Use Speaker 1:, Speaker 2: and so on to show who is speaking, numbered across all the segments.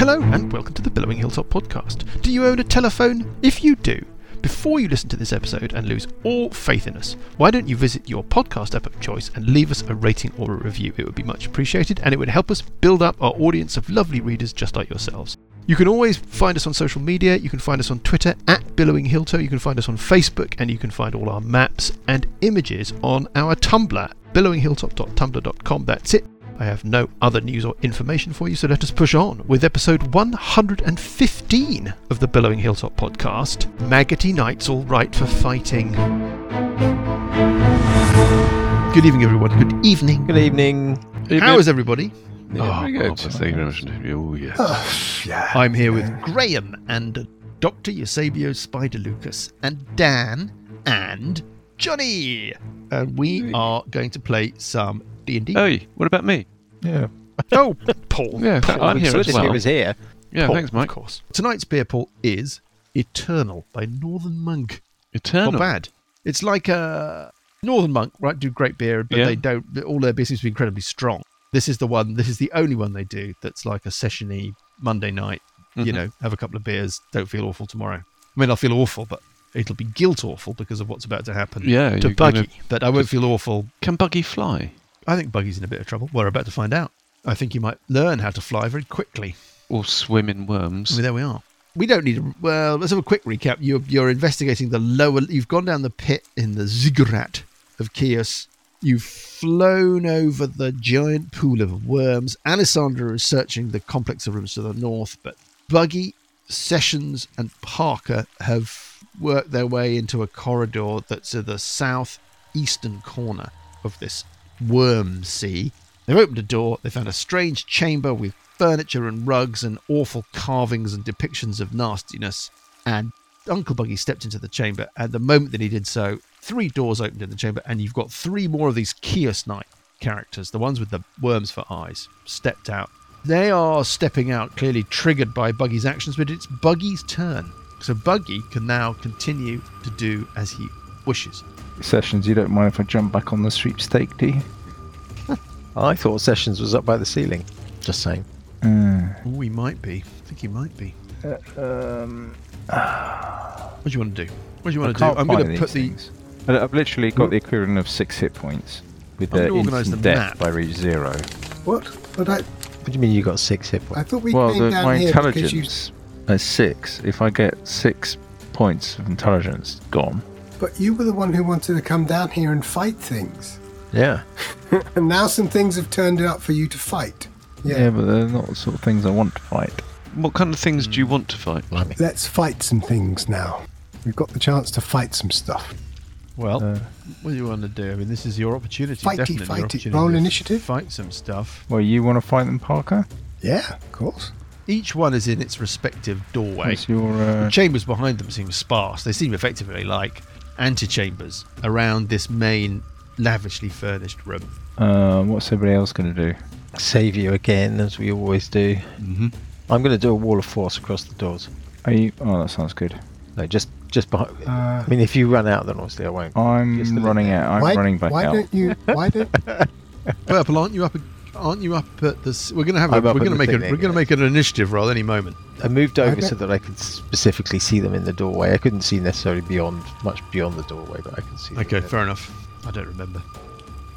Speaker 1: and welcome to the Billowing Hilltop podcast. Do you own a telephone? If you do, before you listen to this episode and lose all faith in us, why don't you visit your podcast app of choice and leave us a rating or a review? It would be much appreciated and it would help us build up our audience of lovely readers just like yourselves. You can always find us on social media. You can find us on Twitter at Billowing Hilltop. You can find us on Facebook and you can find all our maps and images on our Tumblr, billowinghilltop.tumblr.com. That's it. I have no other news or information for you, so let us push on with episode 115 of the Billowing Hilltop podcast Maggoty Knight's All Right for Fighting. Good evening, everyone. Good evening.
Speaker 2: Good evening.
Speaker 1: How is everybody?
Speaker 3: Yeah, very
Speaker 2: Oh,
Speaker 3: good.
Speaker 2: marvellous.
Speaker 3: Thank you very much. indeed. Oh, yes.
Speaker 4: Yeah.
Speaker 1: I'm here with Graham and Dr. Eusebio Spider Lucas and Dan and Johnny. And we are going to play some D&D.
Speaker 3: Hey, what about me?
Speaker 4: Yeah.
Speaker 1: oh, Paul.
Speaker 3: Oh. Yeah, I'm
Speaker 2: We
Speaker 3: here
Speaker 2: saw
Speaker 3: as
Speaker 2: this
Speaker 3: well.
Speaker 2: It was here.
Speaker 3: Yeah,
Speaker 1: Paul,
Speaker 3: thanks, Mike.
Speaker 1: Of course. Tonight's beer, Paul, is Eternal by Northern Monk.
Speaker 3: Eternal.
Speaker 1: Not bad. It's like a Northern Monk, right? Do great beer, but
Speaker 3: Yeah.
Speaker 1: they don't. All their beer seems to be incredibly strong. This is the one. This is the only one they do that's like a sessiony Monday night. You
Speaker 3: Mhm.
Speaker 1: know, have a couple of beers. Don't feel awful tomorrow. I mean, I'll feel awful, but it'll be guilt awful because of what's about to happen to
Speaker 3: Yeah, you're gonna-
Speaker 1: Buggy. But I won't feel awful.
Speaker 3: Can Buggy fly?
Speaker 1: I think Buggy's in a bit of trouble. We're about to find out. I think he might learn how to fly very quickly.
Speaker 3: Or swim in
Speaker 1: I
Speaker 3: worms?
Speaker 1: mean, there we are. We don't need. a- Well, let's have a quick recap. You're, you're investigating the lower. You've gone down the pit in the ziggurat of Chios. You've flown over the giant pool of worms. Alessandra is searching the complex of rooms to the north, but Buggy, Sessions, and Parker have worked their way into a corridor that's at the southeastern corner of this worm sea. They've opened a door. They found a strange chamber with furniture and rugs and awful carvings and depictions of nastiness. And Uncle Buggy stepped into the chamber. At the moment that he did so, three doors opened in the chamber, and you've got three more of these Kiosk Knight characters, the ones with the worms for eyes, stepped out. They are stepping out, clearly triggered by Buggy's actions, but it's Buggy's turn. So Buggy can now continue to do as he wishes.
Speaker 4: Sessions, you don't mind if I jump back on the sweepstake, do you?
Speaker 2: I thought Sessions was up by the ceiling. Just saying.
Speaker 1: Oh, he might be. I think he might be.
Speaker 5: Uh,
Speaker 4: Um,
Speaker 1: What do you want to do? What do you
Speaker 4: I
Speaker 1: want to do?
Speaker 4: can't
Speaker 1: I'm
Speaker 4: find
Speaker 1: going to
Speaker 4: these
Speaker 1: put the
Speaker 4: things. I- I've literally got the equivalent of six hit points with
Speaker 1: I'm
Speaker 4: the
Speaker 1: gonna organise
Speaker 4: instant
Speaker 1: the
Speaker 4: death
Speaker 1: map.
Speaker 4: by reach zero.
Speaker 5: What? But I,
Speaker 2: What do you mean you got six hit points?
Speaker 5: I thought we
Speaker 4: well,
Speaker 5: came
Speaker 4: the,
Speaker 5: down
Speaker 4: my
Speaker 5: here
Speaker 4: intelligence
Speaker 5: because you.
Speaker 4: is six. If I get six points of intelligence gone,
Speaker 5: But you were the one who wanted to come down here and fight things,
Speaker 2: Yeah.
Speaker 5: and now some things have turned up for you to fight. Yeah.
Speaker 4: yeah, but they're not the sort of things I want to fight.
Speaker 3: What kind of things do you want to fight?
Speaker 2: Blimey.
Speaker 5: Let's fight some things now. We've got the chance to fight some stuff.
Speaker 1: Well,
Speaker 4: Uh,
Speaker 1: what do you want to do? I mean, this is your opportunity.
Speaker 5: Fighty,
Speaker 1: definitely your
Speaker 5: fighty.
Speaker 1: opportunity
Speaker 5: Roll
Speaker 1: to
Speaker 5: initiative.
Speaker 1: Fight some stuff.
Speaker 4: Well, you want to fight them, Parker?
Speaker 5: Yeah, of course.
Speaker 1: Each one is in its respective doorway.
Speaker 4: What's your
Speaker 1: The
Speaker 4: uh,
Speaker 1: chambers behind them seem sparse. They seem effectively like antechambers around this main lavishly furnished room.
Speaker 4: uh, what's everybody else going to do?
Speaker 2: Save you again, as we always do. Mm-hmm. I'm going to do a wall of force across the doors.
Speaker 4: Are you? Oh, that sounds good.
Speaker 2: No, just just behind.
Speaker 5: Uh,
Speaker 2: I mean, if you run out, then obviously I
Speaker 4: uh,
Speaker 2: won't. Just a
Speaker 4: I'm
Speaker 2: little
Speaker 4: running
Speaker 2: bit.
Speaker 4: out. I'm
Speaker 5: why,
Speaker 4: running back
Speaker 5: why
Speaker 4: out.
Speaker 5: don't you? Why don't?
Speaker 1: Purple, aren't you up? Aren't you up at this? We're going to have. A,
Speaker 2: I'm
Speaker 1: we're
Speaker 2: up at
Speaker 1: going to
Speaker 2: the
Speaker 1: make. A,
Speaker 2: thing,
Speaker 1: we're going to make
Speaker 2: yes.
Speaker 1: an initiative roll any moment.
Speaker 2: I moved over
Speaker 5: Okay.
Speaker 2: so that I could specifically see them in the doorway. I couldn't see necessarily beyond much beyond the doorway, but I can see. them
Speaker 1: Okay,
Speaker 2: in it.
Speaker 1: fair enough. I don't remember.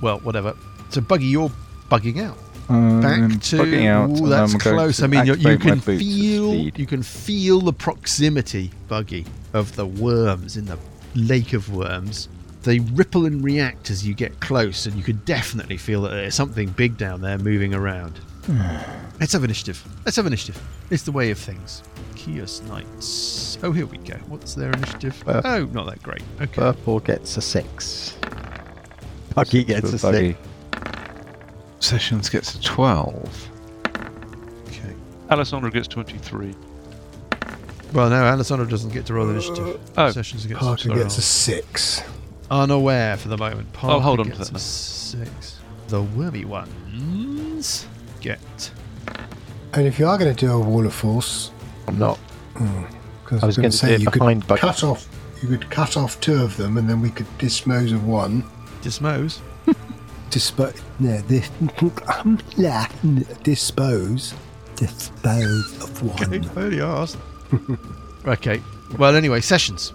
Speaker 1: Well, whatever. So, Buggy, you're bugging out.
Speaker 4: Um,
Speaker 1: back to
Speaker 4: bugging out,
Speaker 1: Ooh,
Speaker 4: and
Speaker 1: that's
Speaker 4: I'm going
Speaker 1: close.
Speaker 4: to
Speaker 1: I mean, you, you
Speaker 4: activate my
Speaker 1: can
Speaker 4: boots at
Speaker 1: feel
Speaker 4: speed.
Speaker 1: you can feel the proximity, Buggy, of the worms in the lake of worms. They ripple and react as you get close, and you can definitely feel that there's something big down there moving around. Let's have initiative. Let's have initiative. It's the way of things. Kios Knights. Oh, here we go. What's their initiative?
Speaker 2: Uh,
Speaker 1: oh, not that great. Okay.
Speaker 4: uh,
Speaker 2: Purple gets a six. Bucky gets
Speaker 4: With
Speaker 2: a
Speaker 4: Buggy.
Speaker 2: six.
Speaker 3: Sessions gets to 12.
Speaker 1: okay.
Speaker 3: Alessandra gets 23.
Speaker 1: Well, no, Alessandro doesn't get to roll initiative.
Speaker 4: uh,
Speaker 3: Oh.
Speaker 1: Sessions against
Speaker 5: Parker
Speaker 1: sorry,
Speaker 5: gets
Speaker 1: I'll-
Speaker 5: a six.
Speaker 1: unaware for the moment. Parker
Speaker 3: hold on to
Speaker 1: gets
Speaker 3: that now.
Speaker 1: a Six. The wormy ones get.
Speaker 5: And if you are going to do a wall of force,
Speaker 2: I'm not.
Speaker 5: because
Speaker 2: I was
Speaker 5: going
Speaker 2: gonna do
Speaker 5: to say
Speaker 2: it
Speaker 5: you could
Speaker 2: behind Buck-
Speaker 5: cut off, you could cut off two of them, and then we could dispose of one.
Speaker 1: Dismose.
Speaker 5: Dispo- no, this, yeah, dispose
Speaker 6: dispose of one.
Speaker 3: Only asked.
Speaker 1: Okay. Well, anyway, sessions.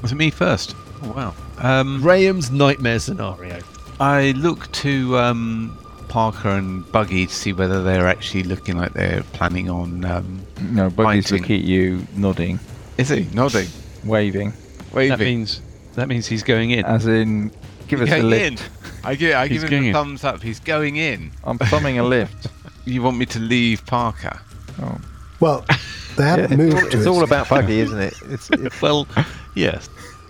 Speaker 3: Was it me first? Oh, wow. Um,
Speaker 1: Graham's nightmare scenario.
Speaker 7: I look to um, Parker and Buggy to see whether they're actually looking like they're planning on. Um,
Speaker 4: No, Buggy's
Speaker 7: Biting.
Speaker 4: looking at you, nodding,
Speaker 7: is he nodding,
Speaker 4: waving,
Speaker 3: that
Speaker 7: waving?
Speaker 3: means that means heans going in.
Speaker 4: as in, give us a
Speaker 7: going
Speaker 4: lift.
Speaker 7: in. I give, I
Speaker 3: He's
Speaker 7: give
Speaker 3: going
Speaker 7: him a
Speaker 3: in.
Speaker 7: thumbs up. He's going in.
Speaker 4: I'm thumbing a lift.
Speaker 7: You want me to leave Parker?
Speaker 4: Oh.
Speaker 5: Well, they
Speaker 2: Yeah,
Speaker 5: haven't
Speaker 2: it's
Speaker 5: moved
Speaker 2: all,
Speaker 5: to
Speaker 2: it's
Speaker 5: it.
Speaker 2: all about Buggy, isn't it? It's, it's,
Speaker 3: well, yes.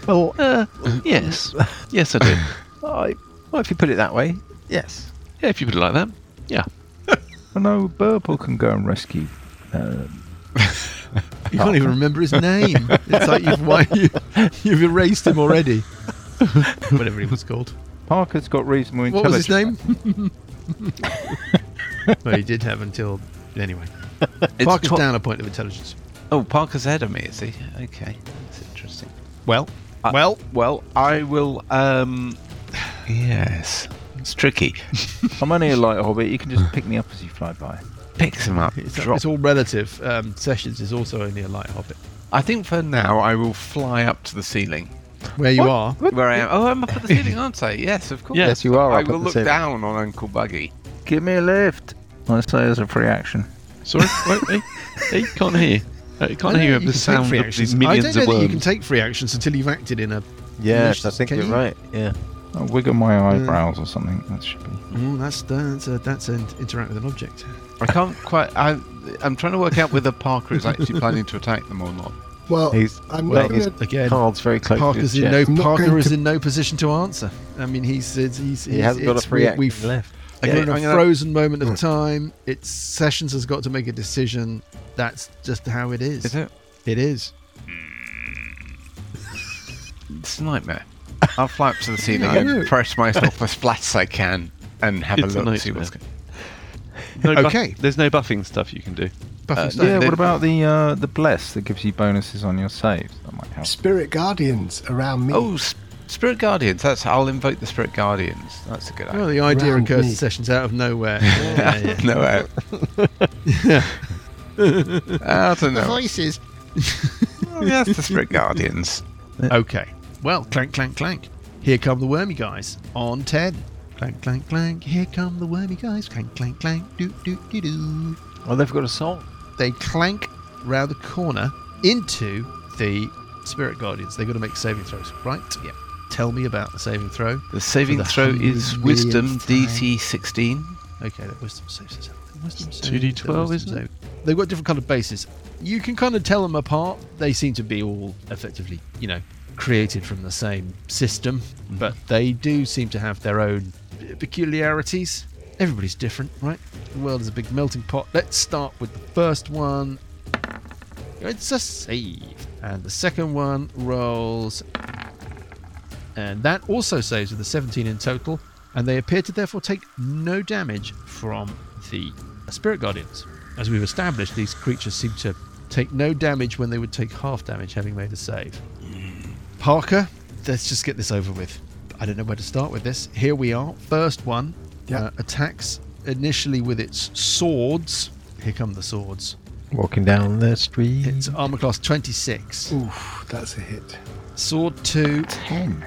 Speaker 2: well,
Speaker 3: Uh, yes. Yes, I do.
Speaker 2: I, well, if you put it that way, yes.
Speaker 3: Yeah, if you put it like that.
Speaker 4: Oh no, Burple can go and rescue. Uh,
Speaker 1: You can't even remember his name. It's like you've, why, you, you've erased him already. Whatever he was called.
Speaker 4: Parker's got reasonable
Speaker 1: What was his
Speaker 4: intelligence.
Speaker 1: name? well, he did have until. Anyway.
Speaker 7: It's
Speaker 1: Parker's
Speaker 7: what-
Speaker 1: down a point of intelligence.
Speaker 7: Oh, Parker's ahead of me, is he? Okay, that's interesting.
Speaker 1: Well,
Speaker 7: Uh,
Speaker 1: well,
Speaker 7: Well, I will. um Yes, it's tricky.
Speaker 4: I'm only a light hobbit. You can just pick me up as you fly by.
Speaker 7: Picks him up.
Speaker 1: it's,
Speaker 7: drop-
Speaker 1: it's all relative. Um, Sessions is also only a light hobbit.
Speaker 7: I think for now, I will fly up to the ceiling.
Speaker 1: Where you are,
Speaker 7: Where I am? Oh, I'm up at the ceiling, aren't I? Yes, of course.
Speaker 3: Yeah.
Speaker 2: Yes, you are. up
Speaker 7: I
Speaker 2: at
Speaker 7: will
Speaker 2: the
Speaker 7: look
Speaker 2: ceiling.
Speaker 7: down on Uncle Buggy.
Speaker 4: Give me a lift. I say as a free action.
Speaker 3: Sorry, wait, hey, hey, can't hear. you. Uh, you can't
Speaker 1: I don't
Speaker 3: hear
Speaker 1: know
Speaker 3: of
Speaker 1: that you can
Speaker 3: the
Speaker 1: take
Speaker 3: sound
Speaker 1: free
Speaker 3: of
Speaker 1: actions.
Speaker 3: these millions
Speaker 1: I
Speaker 3: of
Speaker 1: don't know that you can
Speaker 3: worms.
Speaker 1: take free actions until you've acted in a.
Speaker 2: Yes, I think
Speaker 1: Can
Speaker 2: you're
Speaker 1: you-
Speaker 2: right. Yeah.
Speaker 4: I'll wiggle my eyebrows or something. That should be.
Speaker 1: Oh, that's that's a, that's an interact with an object.
Speaker 7: I can't quite. I, I'm trying to work out whether Parker is actually planning to attack them or not.
Speaker 5: Well,
Speaker 2: He's
Speaker 5: I'm
Speaker 2: well,
Speaker 5: not
Speaker 2: he's-
Speaker 5: gonna,
Speaker 1: Again,
Speaker 2: Cards very close. to his
Speaker 1: Parker's in
Speaker 2: chest.
Speaker 1: no
Speaker 5: I'm not
Speaker 1: Parker
Speaker 5: going
Speaker 1: is
Speaker 5: to-
Speaker 1: in no position to answer. I mean, he's it's, he's
Speaker 2: He hasn't got a free action
Speaker 1: we,
Speaker 2: left.
Speaker 1: We're
Speaker 7: Okay,
Speaker 1: in a
Speaker 7: I'm gonna-
Speaker 1: frozen moment of time. It's Sessions has got to make a decision. That's just how it is.
Speaker 7: Is it?
Speaker 1: It is.
Speaker 7: It's a nightmare. I'll fly up to the ceiling
Speaker 1: I know.
Speaker 7: and press myself as flat as I can and have
Speaker 3: It's a
Speaker 7: a look, see what's going
Speaker 3: No buff-
Speaker 1: Okay.
Speaker 3: there's no buffing stuff you can do.
Speaker 1: Buffing
Speaker 7: Uh,
Speaker 1: stuff.
Speaker 4: yeah.
Speaker 7: they-
Speaker 4: What about the uh, the bless that gives you bonuses on your saves? That might help.
Speaker 5: spirit guardians around me.
Speaker 7: Oh, s- Spirit Guardians. That's I'll invoke the Spirit Guardians. That's a good
Speaker 1: Well, the
Speaker 7: idea.
Speaker 1: idea
Speaker 5: Round
Speaker 1: occurs
Speaker 5: me.
Speaker 1: to Sessions out of nowhere. Yeah, yeah.
Speaker 7: no, I, I don't know.
Speaker 1: Voices.
Speaker 7: Oh, yeah, that's the Spirit Guardians.
Speaker 1: Okay. Well, clank, clank, clank. Here come the wormy guys on 10. Clank, clank, clank. Here come the wormy guys. Clank, clank, clank. Doo, doo, doo, doo.
Speaker 2: Well, they've got a song.
Speaker 1: They clank round the corner into the spirit guardians. They've got to make saving throws, right? Yeah. Tell me about the saving throw.
Speaker 7: The saving
Speaker 1: For the
Speaker 7: throw is
Speaker 1: hundred
Speaker 7: Wisdom
Speaker 1: millionth
Speaker 7: DC 16.
Speaker 1: Okay, that wisdom saves itself. Wisdom saves.
Speaker 3: 2d12,
Speaker 1: wisdom
Speaker 3: isn't it?
Speaker 1: save. They've got different kind of bases. You can kind of tell them apart. They seem to be all effectively, you know, created from the same system,
Speaker 3: Mm-hmm.
Speaker 1: but they do seem to have their own peculiarities. Everybody's different, right? The world is a big melting pot. Let's start with the first one. It's a save. And the second one rolls. And that also saves with a 17 in total. And they appear to therefore take no damage from the Spirit Guardians. As we've established, these creatures seem to take no damage when they would take half damage having made a save. Parker, let's just get this over with. I don't know where to start with this. Here we are. First one
Speaker 5: Yeah.
Speaker 1: uh, attacks initially with its swords. Here come the swords.
Speaker 2: Walking down the street.
Speaker 1: It's armor class 26.
Speaker 5: Oof, that's a hit.
Speaker 1: Sword 2
Speaker 4: Ten.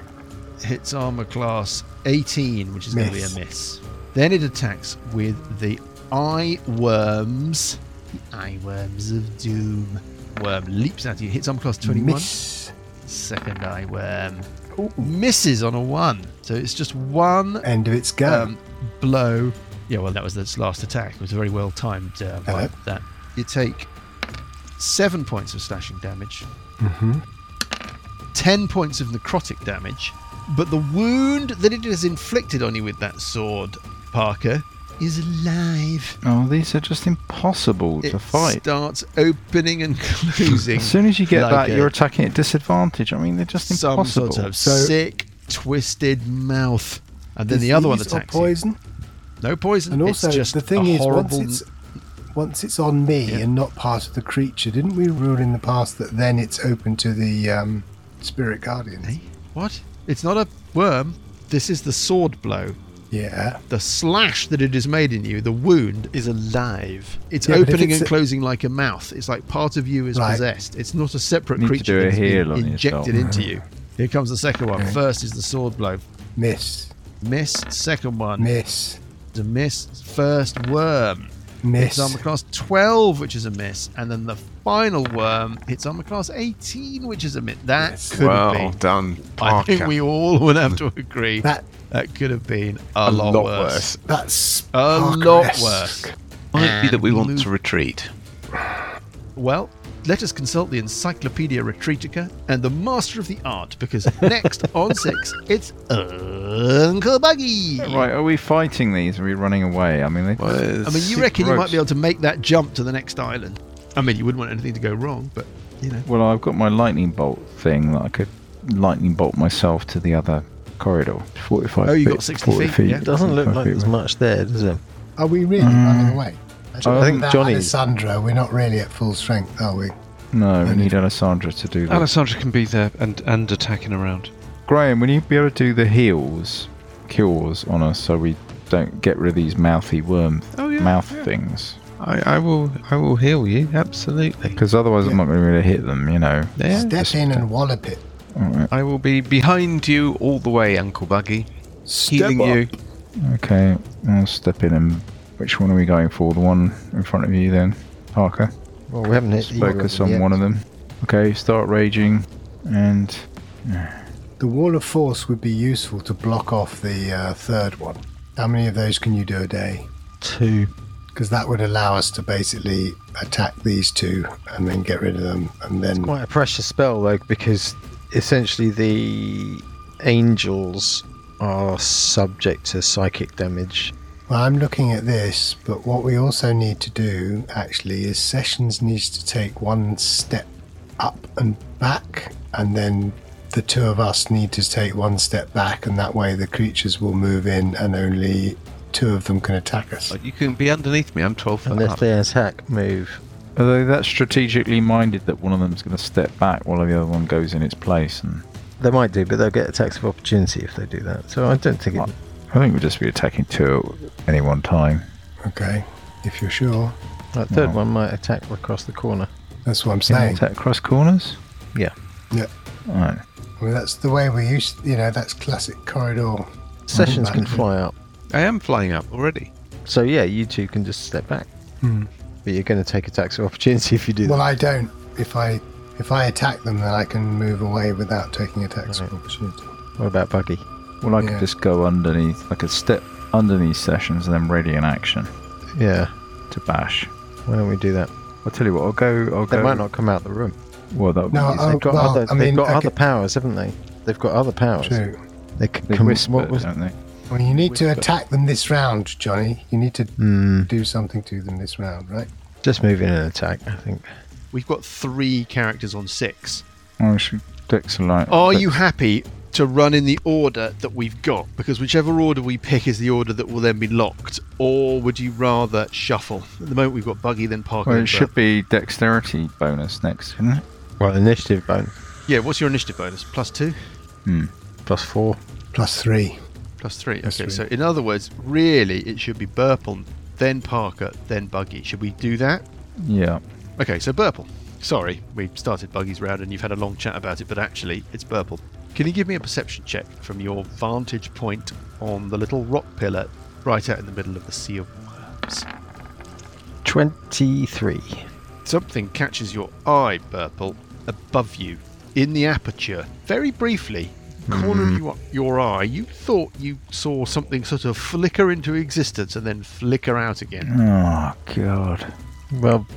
Speaker 1: hits armor class 18, which is going to be a
Speaker 5: Miss.
Speaker 1: miss. Then it attacks with the eye worms. The eye worms of doom. Worm leaps at you, hits armor class 21.
Speaker 5: Miss.
Speaker 1: Second eye worm
Speaker 5: Ooh,
Speaker 1: misses on a 1. So it's just one
Speaker 5: end of its go.
Speaker 1: um, blow. Yeah, well, that was its last attack. It was very well timed. Uh, by
Speaker 5: Hello.
Speaker 1: that you take seven points of slashing damage,
Speaker 5: Mm-hmm.
Speaker 1: ten points of necrotic damage, but the wound that it has inflicted on you with that sword, Parker, is alive.
Speaker 4: Oh, these are just impossible
Speaker 1: It
Speaker 4: to fight.
Speaker 1: starts opening and closing.
Speaker 4: As soon as you get
Speaker 1: like
Speaker 4: that,
Speaker 1: a-
Speaker 4: you're attacking at disadvantage. I mean, they're just
Speaker 1: some
Speaker 4: impossible.
Speaker 1: sort of
Speaker 5: So-
Speaker 1: sick, twisted mouth. And then the other one
Speaker 5: Disease or
Speaker 1: attacks you.
Speaker 5: poison.
Speaker 1: No poison.
Speaker 5: And also,
Speaker 1: it's just
Speaker 5: the thing
Speaker 1: a
Speaker 5: is,
Speaker 1: horrible
Speaker 5: once it's once it's on me
Speaker 1: Yeah.
Speaker 5: and not part of the creature, didn't we rule in the past that then it's open to the um, spirit guardians?
Speaker 1: Eh? What? It's not a worm. This is the sword blow.
Speaker 5: Yeah.
Speaker 1: The slash that it has made in you, the wound, is alive. It's
Speaker 5: Yeah, but if
Speaker 1: opening
Speaker 5: it's
Speaker 1: and
Speaker 5: a-
Speaker 1: closing like a mouth. It's like part of you is
Speaker 5: Right.
Speaker 1: possessed. It's not a separate
Speaker 4: Need to
Speaker 1: creature
Speaker 4: do a
Speaker 1: that's been
Speaker 4: heal on yourself.
Speaker 1: injected into you. Here comes the second one.
Speaker 5: Okay.
Speaker 1: First is the sword blow.
Speaker 5: Miss.
Speaker 1: Miss. Second one.
Speaker 5: Miss.
Speaker 1: The miss. First worm.
Speaker 5: Miss.
Speaker 1: Hits armor class 12, which is a miss. And then the final worm hits armor class 18, which is a miss. That
Speaker 5: Yes.
Speaker 1: could
Speaker 7: well
Speaker 1: have been.
Speaker 7: done,
Speaker 1: I
Speaker 7: Parker.
Speaker 1: think we all would have to agree that,
Speaker 5: That
Speaker 1: could have been a,
Speaker 7: a lot,
Speaker 1: worse.
Speaker 7: worse.
Speaker 5: that's
Speaker 1: A lot
Speaker 5: Parker-esque.
Speaker 1: worse.
Speaker 7: Might be that we
Speaker 1: And
Speaker 7: want
Speaker 1: move-
Speaker 7: to retreat.
Speaker 1: Well, let us consult the Encyclopedia Retreatica and the Master of the Art, because next on six, it's Uncle Buggy.
Speaker 4: Right, are we fighting these? Are we running away? I mean, they,
Speaker 1: I mean, you reckon you might be able to make that jump to the next island? I mean, you wouldn't want anything to go wrong, but you know.
Speaker 4: well, I've got my lightning bolt thing that I could lightning bolt myself to the other corridor. 45
Speaker 1: Oh, you
Speaker 4: feet,
Speaker 1: got 60
Speaker 4: 40
Speaker 1: feet, yeah.
Speaker 4: It
Speaker 2: It doesn't look like there's much there, does it?
Speaker 5: Are we really running away?
Speaker 4: I think
Speaker 5: without
Speaker 2: Johnny-
Speaker 5: Alessandra, we're not really at full strength, are we?
Speaker 4: No, we need Alessandra to do that.
Speaker 3: Alessandra can be there and, and attacking around.
Speaker 4: Graham, will you be able to do the heals, cures on us so we don't get rid of these mouthy worm
Speaker 3: Oh, yeah,
Speaker 4: mouth
Speaker 3: yeah.
Speaker 4: things?
Speaker 3: I, I will I will heal you, absolutely.
Speaker 4: Because otherwise, I'm not going to be able to hit them, you know.
Speaker 3: Yeah.
Speaker 5: Step in and wallop it.
Speaker 4: All right,
Speaker 7: I will be behind you all the way, Uncle Buggy, healing you.
Speaker 4: okay, I'll step in and. Which one are we going for? The one in front of you then, Parker?
Speaker 2: Well, we haven't hit
Speaker 4: Let's
Speaker 2: either
Speaker 4: focus
Speaker 2: them
Speaker 4: on
Speaker 2: yet.
Speaker 4: one of them. Okay, start raging and.
Speaker 5: The wall of force would be useful to block off the uh, third one. How many of those can you do a day?
Speaker 2: Two.
Speaker 5: Because that would allow us to basically attack these two and then get rid of them, and then
Speaker 2: Quite a precious spell, though, because essentially the angels are subject to psychic damage.
Speaker 5: Well, I'm looking at this, but what we also need to do actually is Sessions needs to take one step up and back, and then the two of us need to take one step back, and that way the creatures will move in, and only two of them can attack us.
Speaker 7: Like, You can be underneath me. I'm 12 foot
Speaker 2: Unless
Speaker 7: up.
Speaker 2: they attack, move.
Speaker 4: Although that's strategically minded that one of them's going to step back while the other one goes in its place. And
Speaker 2: They might do, but they'll get attacks of opportunity if they do that. So I don't think it.
Speaker 4: I think we'll just be attacking two at any one time.
Speaker 5: Okay, if you're sure,
Speaker 2: That third one might attack across the corner.
Speaker 5: that's what I'm
Speaker 4: Can
Speaker 5: saying.
Speaker 4: attack across corners?
Speaker 2: Yeah.
Speaker 5: Yeah,
Speaker 4: Alright.
Speaker 5: I mean, that's the way we use. You know, that's classic corridor.
Speaker 2: Sessions can
Speaker 5: Right.
Speaker 2: fly up.
Speaker 7: I am flying up already.
Speaker 2: So yeah, you two can just step back. But you're going to take attacks of opportunity if you do
Speaker 5: Hmm. Well, I don't. If I if I attack them, then I can move away without taking attacks of opportunity.
Speaker 2: that. What about Buggy?
Speaker 4: Well, I
Speaker 5: Yeah.
Speaker 4: could just go underneath. I could step underneath sessions and then ready in action
Speaker 2: Yeah.
Speaker 4: to bash.
Speaker 2: Why don't we do that?
Speaker 4: I'll tell you what. I'll go. I'll
Speaker 2: They
Speaker 4: go.
Speaker 2: might not come out the room.
Speaker 4: Well, that would
Speaker 5: No,
Speaker 4: be
Speaker 5: Oh,
Speaker 2: they've got
Speaker 5: Um, well,
Speaker 2: other.
Speaker 5: I mean,
Speaker 2: they've got
Speaker 5: okay.
Speaker 2: other powers, haven't they? They've got other powers.
Speaker 5: True.
Speaker 2: They can,
Speaker 4: they
Speaker 2: can
Speaker 4: whisper,
Speaker 2: What was,
Speaker 4: don't they?
Speaker 5: Well, you need to
Speaker 2: Whisper.
Speaker 5: attack them this round, Johnny. You need to
Speaker 2: Hmm,
Speaker 5: do something to them this round, right?
Speaker 2: just move in and attack. I think.
Speaker 1: We've got three characters on six.
Speaker 4: I should dex a Oh, light.
Speaker 2: Oh,
Speaker 1: Are
Speaker 4: dex-
Speaker 1: you happy to run in the order that we've got? Because whichever order we pick is the order that will then be locked. Or would you rather shuffle? At the moment, we've got Buggy, then Parker.
Speaker 4: Well,
Speaker 1: then
Speaker 4: it should
Speaker 1: Bert.
Speaker 4: be dexterity bonus next, shouldn't it?
Speaker 2: Well, initiative bone
Speaker 1: Yeah, what's your initiative bonus? Plus two?
Speaker 2: plus four.
Speaker 5: Plus three.
Speaker 1: Plus three.
Speaker 5: Plus
Speaker 1: okay,
Speaker 5: three.
Speaker 1: so in other words, really, it should be Burple, then Parker, then Buggy. Should we do that?
Speaker 4: Yeah.
Speaker 1: Okay, so Burple. Sorry, we started Buggy's round and you've had a long chat about it, but actually, it's Burple. Can you give me a perception check from your vantage point on the little rock pillar right out in the middle of the sea of worms?
Speaker 2: Twenty-three.
Speaker 1: Something catches your eye, Burple, above you, in the aperture. Very briefly, corner of your, your eye, you thought you saw something sort of flicker into existence and then flicker out again.
Speaker 4: Oh god.
Speaker 2: Well,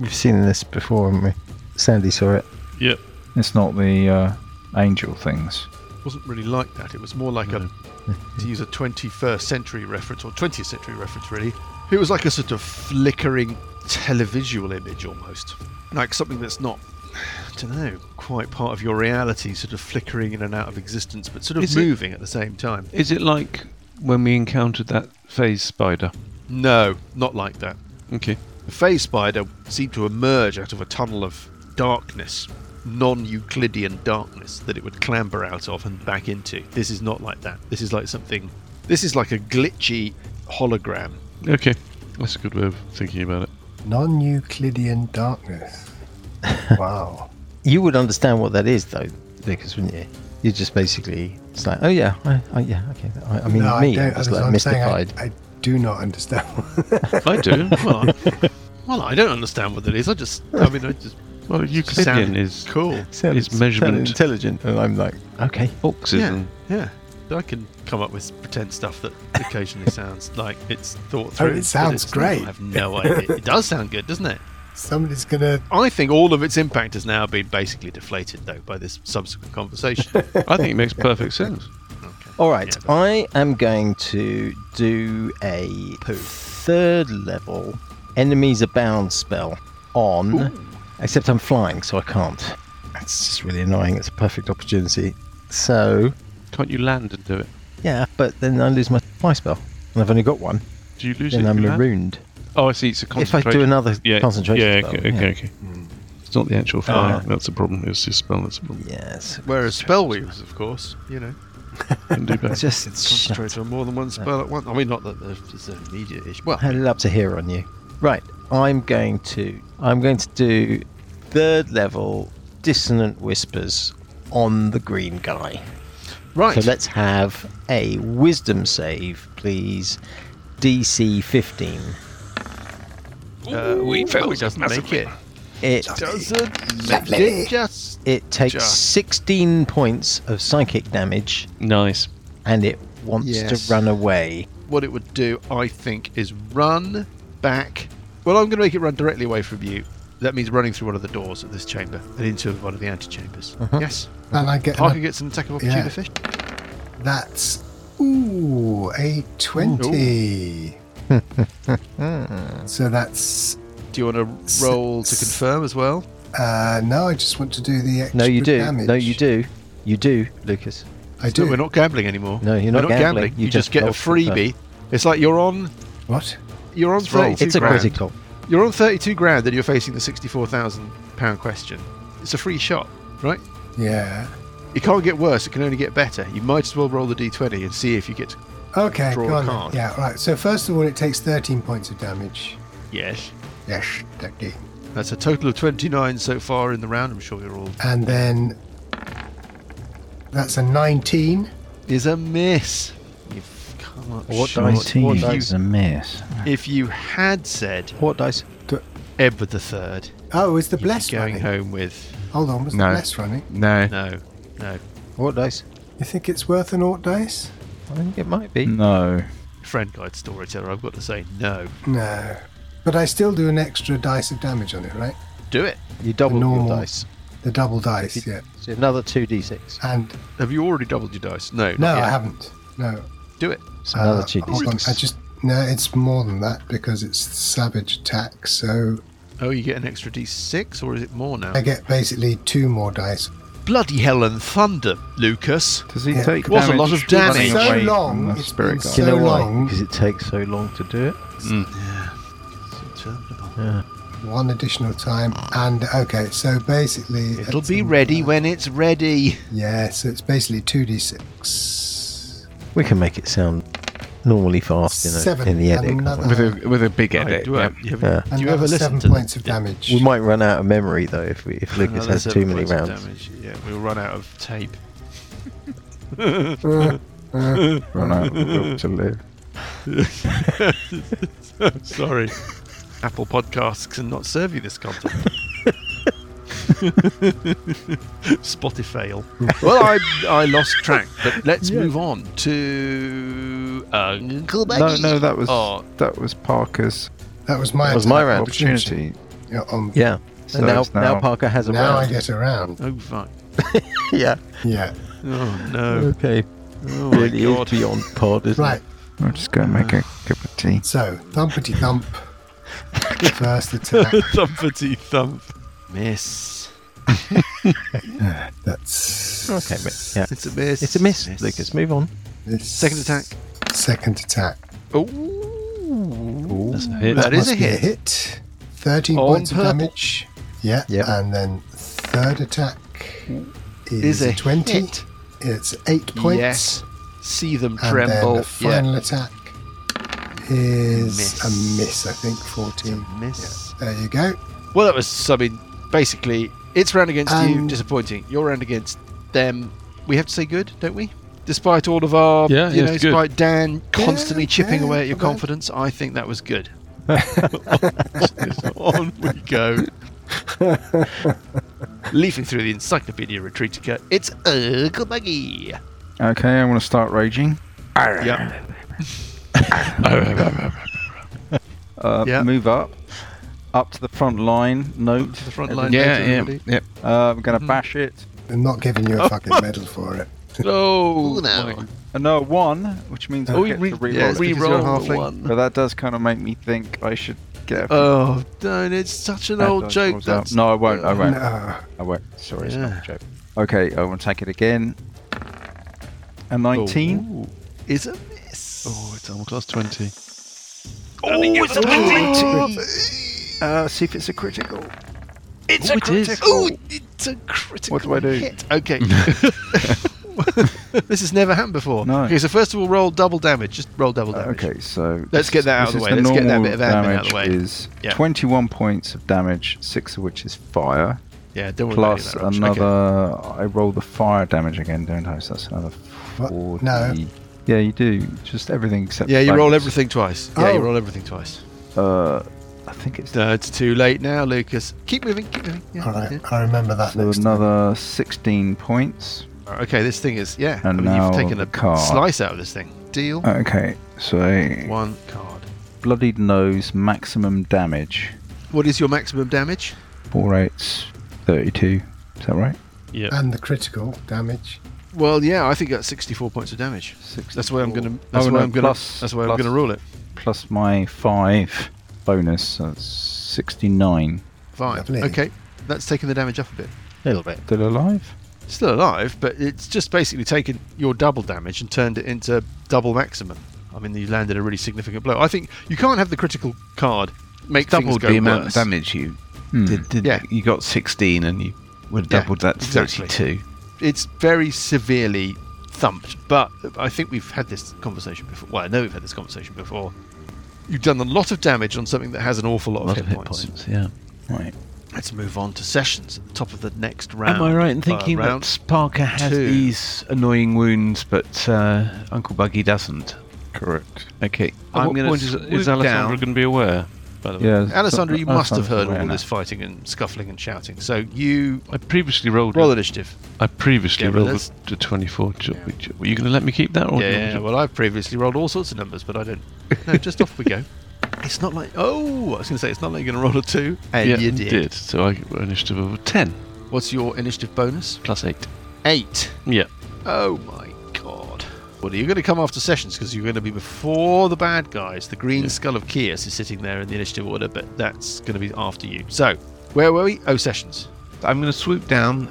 Speaker 2: we've seen this before, haven't we? Sandy saw it.
Speaker 3: Yep.
Speaker 4: It's not the uh, angel things.
Speaker 1: It wasn't really like that. It was more like a, to use a 21st century reference, or 20th century reference, really. It was like a sort of flickering televisual image almost. Like something that's not, I don't know, quite part of your reality, sort of flickering in and out of existence, but sort of
Speaker 3: Is it-
Speaker 1: moving at the same time.
Speaker 3: Is it like when we encountered that phase spider?
Speaker 1: No, not like that.
Speaker 3: Okay.
Speaker 1: The phase spider seemed to emerge out of a tunnel of darkness, non Euclidean darkness that it would clamber out of and back into. This is not like that. This is like something. This is like a glitchy hologram.
Speaker 3: Okay, that's a good way of thinking about it.
Speaker 5: Non Euclidean darkness. wow.
Speaker 2: You would understand what that is, though, Lucas, wouldn't you? You just basically it's like, oh yeah, I, I, yeah, okay. I, I mean,
Speaker 5: No,
Speaker 2: me,
Speaker 5: don't-
Speaker 2: I'm just
Speaker 5: that's what
Speaker 2: like
Speaker 5: I'm saying, I-
Speaker 2: mystified.
Speaker 5: I, do not understand.
Speaker 3: I do.
Speaker 1: Well, I, well, I don't understand what that is. I just, I mean, I just
Speaker 3: Well, Euclidean
Speaker 1: Sounded
Speaker 3: is
Speaker 1: cool.
Speaker 2: Sound-
Speaker 3: It's
Speaker 2: sound
Speaker 3: measurement.
Speaker 2: intelligent, and I'm like, okay,
Speaker 3: boxes
Speaker 1: Yeah,
Speaker 3: and
Speaker 1: yeah. I can come up with pretend stuff that occasionally sounds like it's thought
Speaker 5: Oh,
Speaker 1: through.
Speaker 5: it
Speaker 1: but
Speaker 5: sounds
Speaker 1: it's not.
Speaker 5: great.
Speaker 1: I have no idea. It does sound good, doesn't it?
Speaker 5: Somebody's going to.
Speaker 1: I think all of its impact has now been basically deflated, though, by this subsequent conversation.
Speaker 3: I think it makes perfect sense.
Speaker 2: all right.
Speaker 1: Yeah,
Speaker 2: I am going to do a
Speaker 1: Poo.
Speaker 2: third level enemies abound spell on, except I'm flying, so I can't. That's just really annoying. It's a perfect opportunity. So
Speaker 3: Can't you land and do it?
Speaker 2: yeah, but then I lose my fly spell, and I've only got one.
Speaker 3: Do you lose
Speaker 2: Then
Speaker 3: it? if
Speaker 2: I'm
Speaker 3: you land?
Speaker 2: marooned.
Speaker 3: Oh, I see. It's a
Speaker 2: If I
Speaker 3: concentration.
Speaker 2: do another concentration
Speaker 3: Yeah,
Speaker 2: spell,
Speaker 3: okay, okay, okay. It's not the actual fire.
Speaker 2: Ah.
Speaker 3: that's the problem. It's the spell that's the problem.
Speaker 2: Yes.
Speaker 1: Whereas spell weavers, of course, you know,
Speaker 3: Can do
Speaker 2: It's
Speaker 3: better.
Speaker 2: just
Speaker 1: concentrate on more than one spell at once. I mean, not that there's an immediate issue. Well,
Speaker 2: had it up to here on you. Right, I'm going to I'm going to do third level dissonant whispers on the green guy.
Speaker 1: right.
Speaker 2: So let's have a wisdom save, please. DC 15.
Speaker 1: uh, we failed. Doesn't make it.
Speaker 2: It
Speaker 1: Doesn't make it. Just
Speaker 2: it takes
Speaker 1: Just-
Speaker 2: 16 points of psychic damage
Speaker 3: Nice.
Speaker 2: and it wants
Speaker 1: Yes.
Speaker 2: to run away.
Speaker 1: what it would do, I think, is run back. Well, I'm going to make it run directly away from you. That means running through one of the doors of this chamber and into one of the antechambers. Yes.
Speaker 5: And I get.
Speaker 1: Parker gets an attack of opportunity
Speaker 5: Yeah.
Speaker 1: fish.
Speaker 5: That's. Ooh, a 20. so that's.
Speaker 1: Do you want to roll to
Speaker 5: Six.
Speaker 1: confirm as well?
Speaker 5: Uh, no, I just want to do the extra
Speaker 2: No you do.
Speaker 5: damage.
Speaker 2: No you do. You do, Lucas.
Speaker 5: I
Speaker 1: So
Speaker 5: do.
Speaker 1: we're not gambling anymore.
Speaker 2: No, you're not
Speaker 1: We're not gambling.
Speaker 2: gambling.
Speaker 1: You,
Speaker 2: You
Speaker 1: just,
Speaker 2: just
Speaker 1: get a
Speaker 2: roll to confirm.
Speaker 1: freebie. It's like you're on
Speaker 5: What?
Speaker 1: you're on
Speaker 3: It's roll.
Speaker 1: 32
Speaker 2: it's a
Speaker 1: grand.
Speaker 2: critical.
Speaker 1: You're on 32 grand and you're facing the 64,000 pound question. It's a free shot, right?
Speaker 5: Yeah.
Speaker 1: It can't get worse, it can only get better. You might as well roll the d20 and see if you get to
Speaker 5: Okay,
Speaker 1: Draw
Speaker 5: go
Speaker 1: a
Speaker 5: on. then.
Speaker 1: card.
Speaker 5: Yeah, right. So first of all, it takes 13 points of damage.
Speaker 1: Yes.
Speaker 5: Yes, 13.
Speaker 1: That's a total of 29 so far in the round. I'm sure you're all.
Speaker 5: And then that's a 19.
Speaker 1: Is a miss. You've come up
Speaker 2: What
Speaker 1: short.
Speaker 2: dice?
Speaker 1: What
Speaker 2: What
Speaker 1: you-
Speaker 2: dice?
Speaker 4: a miss.
Speaker 1: if you had said
Speaker 2: What dice?
Speaker 1: Edward the Third,
Speaker 5: Oh, is the
Speaker 1: you'd be
Speaker 5: bless
Speaker 1: going
Speaker 5: running?
Speaker 1: home with
Speaker 5: Hold on, was
Speaker 7: No.
Speaker 5: the bless running?
Speaker 7: No.
Speaker 1: no, no.
Speaker 2: What dice?
Speaker 5: You think it's worth an aught dice?
Speaker 2: I think it might be.
Speaker 4: No.
Speaker 1: Friend guide storyteller, I've got to say no.
Speaker 5: No. But I still do an extra dice of damage on it, right?
Speaker 1: Do it.
Speaker 2: You double your
Speaker 5: normal.
Speaker 2: dice.
Speaker 5: The double dice, yeah.
Speaker 2: So another two d6.
Speaker 5: And
Speaker 1: Have you already doubled your dice? No. not
Speaker 5: no,
Speaker 1: yet.
Speaker 5: I haven't. No.
Speaker 1: Do it.
Speaker 2: So another
Speaker 5: Uh,
Speaker 2: two
Speaker 5: hold on,
Speaker 2: d6.
Speaker 5: I just no, it's more than that because it's savage attack, so
Speaker 1: Oh, you get an extra d6, or is it more now?
Speaker 5: I get basically two more dice.
Speaker 1: Bloody hell and thunder, Lucas.
Speaker 4: Does he
Speaker 5: Yeah.
Speaker 4: take
Speaker 1: Was a
Speaker 4: damage
Speaker 1: lot of
Speaker 4: running
Speaker 1: damage.
Speaker 5: So
Speaker 4: away from
Speaker 5: long,
Speaker 4: the
Speaker 5: it's
Speaker 4: spirit
Speaker 5: been
Speaker 4: guide?
Speaker 2: Do you
Speaker 5: so
Speaker 2: know why?
Speaker 5: long.
Speaker 2: Because it takes so long to do it.
Speaker 5: One additional time, and okay, so basically
Speaker 1: It'll
Speaker 5: it's
Speaker 1: be
Speaker 5: in-
Speaker 1: ready when it's ready.
Speaker 5: Yeah, so it's basically two d six.
Speaker 2: We can make it sound normally fast in, a,
Speaker 5: Seven.
Speaker 2: in the
Speaker 5: and
Speaker 2: edit. can't
Speaker 5: another,
Speaker 7: With a with a big
Speaker 1: I
Speaker 7: edit.
Speaker 1: do have-
Speaker 7: yeah.
Speaker 1: you have-
Speaker 2: we? Yeah.
Speaker 1: Do you ever
Speaker 5: another
Speaker 1: listen
Speaker 5: seven
Speaker 1: to
Speaker 5: points of
Speaker 1: yeah.
Speaker 5: damage?
Speaker 2: We might run out of memory though if we, if Lucas
Speaker 1: Another
Speaker 2: has
Speaker 1: seven
Speaker 2: too many
Speaker 1: points of
Speaker 2: rounds.
Speaker 1: damage. Yeah, we'll run out of tape.
Speaker 5: Uh,
Speaker 4: Run out of will to live.
Speaker 1: Sorry. Apple Podcasts can not serve you this content. Spotify. Well, I, I lost track, but let's move on to uh, Uncle
Speaker 4: No, no, that was
Speaker 1: Oh.
Speaker 4: that was Parker's
Speaker 5: That was my
Speaker 2: That was my
Speaker 5: attack
Speaker 2: round.
Speaker 4: opportunity.
Speaker 5: Yeah, um,
Speaker 2: Yeah.
Speaker 4: So
Speaker 2: and now,
Speaker 4: it's
Speaker 2: now
Speaker 4: now-
Speaker 2: Parker has a
Speaker 5: Now I
Speaker 2: round.
Speaker 5: get around.
Speaker 1: Oh, fuck.
Speaker 2: yeah.
Speaker 5: Yeah.
Speaker 1: Oh, no.
Speaker 2: Okay.
Speaker 1: Oh, my
Speaker 2: really is
Speaker 1: God.
Speaker 2: beyond pod, isn't
Speaker 5: Right.
Speaker 4: I'm just going to make a cup of tea.
Speaker 5: So thumpity thump. First attack.
Speaker 1: Thumpity thump. Miss.
Speaker 5: That's
Speaker 2: it? Okay. mi- Yeah.
Speaker 1: It's a miss.
Speaker 2: It's a miss, Lucas. Move on.
Speaker 5: This
Speaker 1: Second attack.
Speaker 5: Second attack.
Speaker 1: Oh.
Speaker 3: That's a hit.
Speaker 1: That is
Speaker 5: must
Speaker 1: a
Speaker 5: be
Speaker 1: hit.
Speaker 5: hit. Thirteen
Speaker 1: On
Speaker 5: points
Speaker 1: purple.
Speaker 5: of damage. Yeah.
Speaker 2: Yep.
Speaker 5: And then third attack is,
Speaker 1: Is a
Speaker 5: twenty.
Speaker 1: hit.
Speaker 5: It's eight points.
Speaker 1: Yes. see them
Speaker 5: And
Speaker 1: tremble.
Speaker 5: then the
Speaker 1: yeah.
Speaker 5: final attack is
Speaker 1: Miss.
Speaker 5: a miss, I think, 14.
Speaker 1: miss.
Speaker 5: There you go.
Speaker 1: Well, that was, I mean, basically, it's round against you,
Speaker 5: And-
Speaker 1: disappointing. You're round against them. We have to say good, don't we? Despite all of our,
Speaker 3: Yeah,
Speaker 1: you
Speaker 3: yeah,
Speaker 1: know,
Speaker 3: it's good.
Speaker 1: despite Dan constantly
Speaker 5: Yeah,
Speaker 1: chipping
Speaker 5: yeah,
Speaker 1: away at your
Speaker 5: come on.
Speaker 1: confidence, I think that was good.
Speaker 3: on we go.
Speaker 1: Leafing through the Encyclopedia Retreatica, it's Uncle Buggy.
Speaker 4: Okay, I want to start raging.
Speaker 1: Yep.
Speaker 4: Uh,
Speaker 1: Yeah.
Speaker 4: Move up. Up to the front line. Note.
Speaker 1: To the front line. Mm-hmm.
Speaker 7: Yeah,
Speaker 1: later,
Speaker 7: yeah,
Speaker 1: everybody.
Speaker 7: yeah.
Speaker 4: Uh, I'm going to bash it.
Speaker 5: I'm not giving you a fucking medal for it.
Speaker 1: Oh, no.
Speaker 4: Uh, no, one, which means I
Speaker 1: Oh,
Speaker 4: get
Speaker 1: re-
Speaker 4: to re-roll
Speaker 1: yeah,
Speaker 4: it.
Speaker 1: it's because you're a halfling.
Speaker 4: But that does kind of make me think I should get a
Speaker 1: Oh, don't. It's such an
Speaker 4: few
Speaker 1: old
Speaker 4: dice
Speaker 1: joke.
Speaker 4: rolls out.
Speaker 1: That's,
Speaker 4: No, I won't. I won't.
Speaker 5: No.
Speaker 4: I won't. Sorry, it's
Speaker 1: Yeah.
Speaker 4: not a joke. Okay, I want to take it again. A 19.
Speaker 1: It's a miss.
Speaker 3: Oh, it's armor class 20.
Speaker 1: Oh,
Speaker 4: Uh, see if it's a critical.
Speaker 1: It's
Speaker 3: Ooh,
Speaker 1: a
Speaker 3: it is.
Speaker 1: critical. Oh, it's a critical.
Speaker 4: What do I do?
Speaker 1: Hit. Okay. this has never happened before.
Speaker 4: No. Uh,
Speaker 1: Okay, so first of all, roll double damage. Just roll double damage.
Speaker 4: Okay, so
Speaker 1: Uh, Let's get that out of
Speaker 4: this
Speaker 1: the
Speaker 4: is
Speaker 1: way. Let's get that
Speaker 4: normal
Speaker 1: bit of admin out of
Speaker 4: damage
Speaker 1: the way.
Speaker 4: Is
Speaker 1: Yeah.
Speaker 4: 21 points of damage, six of which is fire,
Speaker 1: Yeah, don't worry
Speaker 4: plus
Speaker 1: about any of that. Raj.
Speaker 4: another. I roll the fire damage again, don't I? So that's another
Speaker 5: What?
Speaker 4: 40.
Speaker 5: No.
Speaker 4: Yeah, you do. Just everything except.
Speaker 1: Okay. Yeah, you roll
Speaker 4: bonus.
Speaker 1: everything twice. Yeah, you
Speaker 5: Oh.
Speaker 1: roll everything twice.
Speaker 4: Uh, I think it's
Speaker 1: No, it's too late now, Lucas. Keep moving, keep moving. Yeah,
Speaker 5: All right,
Speaker 1: yeah.
Speaker 5: I remember that
Speaker 4: so
Speaker 5: next
Speaker 4: another 16 points.
Speaker 1: All right, Okay, this thing is, yeah.
Speaker 4: And
Speaker 1: I mean,
Speaker 4: now
Speaker 1: you've taken
Speaker 4: the
Speaker 1: a
Speaker 4: card.
Speaker 1: slice out of this thing. Deal
Speaker 4: Okay, so
Speaker 1: one card.
Speaker 4: bloodied nose, maximum damage.
Speaker 1: What is your maximum damage?
Speaker 4: Four eights, 32. Is that right?
Speaker 5: time. And the critical damage.
Speaker 1: Well, yeah, I think that's 64 points of damage.
Speaker 4: Six.
Speaker 1: That's why I'm going to. That's
Speaker 4: Oh,
Speaker 1: why
Speaker 4: no,
Speaker 1: I'm going to.
Speaker 4: plus-
Speaker 1: That's why I'm
Speaker 4: plus-
Speaker 1: going to rule it.
Speaker 4: plus my five bonus, so that's 69.
Speaker 1: Fine.
Speaker 5: Lovely.
Speaker 1: Okay. That's taken the damage up a bit.
Speaker 2: A little bit.
Speaker 4: Still alive?
Speaker 1: Still alive, but it's just basically taken your double damage and turned it into double maximum. I mean, you landed a really significant blow. I think you can't have the critical card make things
Speaker 7: doubled
Speaker 1: go
Speaker 7: the amount
Speaker 1: worse.
Speaker 7: of damage you
Speaker 4: Hmm.
Speaker 7: did. did
Speaker 1: Yeah.
Speaker 7: You got 16 and you would have
Speaker 1: Yeah,
Speaker 7: doubled that to
Speaker 1: exactly.
Speaker 7: 32.
Speaker 1: It's very severely thumped, but I think we've had this conversation before. Well, I know we've had this conversation before. You've done a lot of damage on something that has an awful lot,
Speaker 7: A lot
Speaker 1: of hit, points.
Speaker 7: yeah.
Speaker 4: Right.
Speaker 1: Let's move on to sessions at the top of the next round.
Speaker 7: Am I right in
Speaker 1: Uh,
Speaker 7: thinking
Speaker 1: round-
Speaker 7: that Parker has
Speaker 1: two.
Speaker 7: these annoying wounds, but uh, Uncle Buggy doesn't?
Speaker 4: Correct.
Speaker 7: Okay. Oh,
Speaker 3: At
Speaker 1: I'm
Speaker 3: what
Speaker 1: gonna
Speaker 3: point is,
Speaker 1: swoop
Speaker 3: is Alessandra
Speaker 1: down.
Speaker 3: going to be aware? By the way,
Speaker 4: Yeah.
Speaker 1: Alessandra, you must have heard
Speaker 4: Alessandra,
Speaker 1: all
Speaker 4: yeah.
Speaker 1: this fighting and scuffling and shouting. So you
Speaker 3: I previously rolled.
Speaker 1: roll
Speaker 3: a-
Speaker 1: initiative.
Speaker 3: I previously
Speaker 1: Yeah, but
Speaker 3: rolled
Speaker 1: let's-
Speaker 3: a, a 24. Ju- ju- Were you going to let me keep that? Or
Speaker 1: Yeah, yeah, well, I've previously rolled all sorts of numbers, but I don't. No, just off we go. It's not like oh, I was going to say it's not like you're going to roll a two, and
Speaker 3: yeah,
Speaker 1: you
Speaker 3: I
Speaker 1: did.
Speaker 3: So I got an initiative of 10
Speaker 1: What's your initiative bonus?
Speaker 3: plus 8.
Speaker 1: Eight.
Speaker 3: Yeah.
Speaker 1: Oh my god. Well, you're going to come after sessions because you're going to be before the bad guys. The green skull of Kias is sitting there in the initiative order, but that's going to be after you. So, where were we? Oh, sessions.
Speaker 7: I'm going to swoop down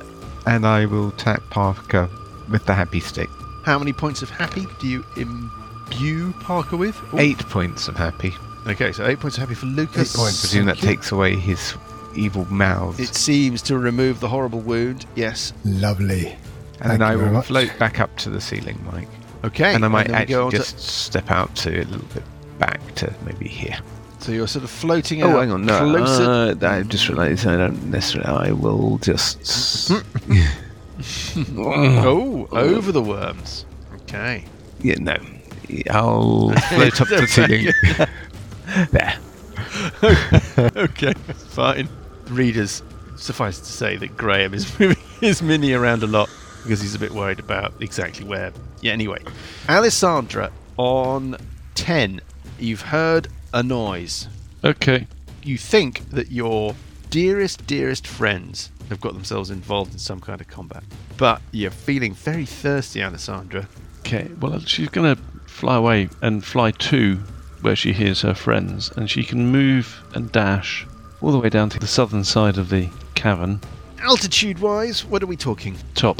Speaker 7: and I will attack Parker with the happy stick.
Speaker 1: How many points of happy do you imbue Parker with? Ooh.
Speaker 7: Eight points of happy.
Speaker 1: Okay, so eight points of happy for
Speaker 5: Eight
Speaker 1: Lucas.
Speaker 7: I
Speaker 5: points.
Speaker 7: presume that takes away his evil mouth.
Speaker 1: It seems to remove the horrible wound. Yes.
Speaker 5: Lovely.
Speaker 7: and then
Speaker 5: thank
Speaker 7: I
Speaker 5: you very
Speaker 7: will
Speaker 5: much.
Speaker 7: float back up to the ceiling, Mike.
Speaker 1: Okay.
Speaker 7: and I might
Speaker 1: then we go
Speaker 7: actually
Speaker 1: on to-
Speaker 7: just step out to a little bit back to maybe here.
Speaker 1: so you're sort of floating out.
Speaker 7: Oh, hang on, no.
Speaker 1: Closer.
Speaker 7: uh, I just realised I don't necessarily. I will just.
Speaker 1: oh, over the worms. Okay.
Speaker 7: Yeah, no. I'll float up to the ceiling. there.
Speaker 1: okay. Fine. Readers, suffice to say that Graham is moving his mini around a lot because he's a bit worried about exactly where. Yeah. Anyway, Alessandra on ten. You've heard a noise.
Speaker 3: Okay.
Speaker 1: you think that your dearest, dearest friends have got themselves involved in some kind of combat, but you're feeling very thirsty, Alessandra.
Speaker 3: Okay. Well, she's going to fly away and fly to where she hears her friends, and she can move and dash all the way down to the southern side of the cavern
Speaker 1: Altitude wise, what are we talking?
Speaker 3: top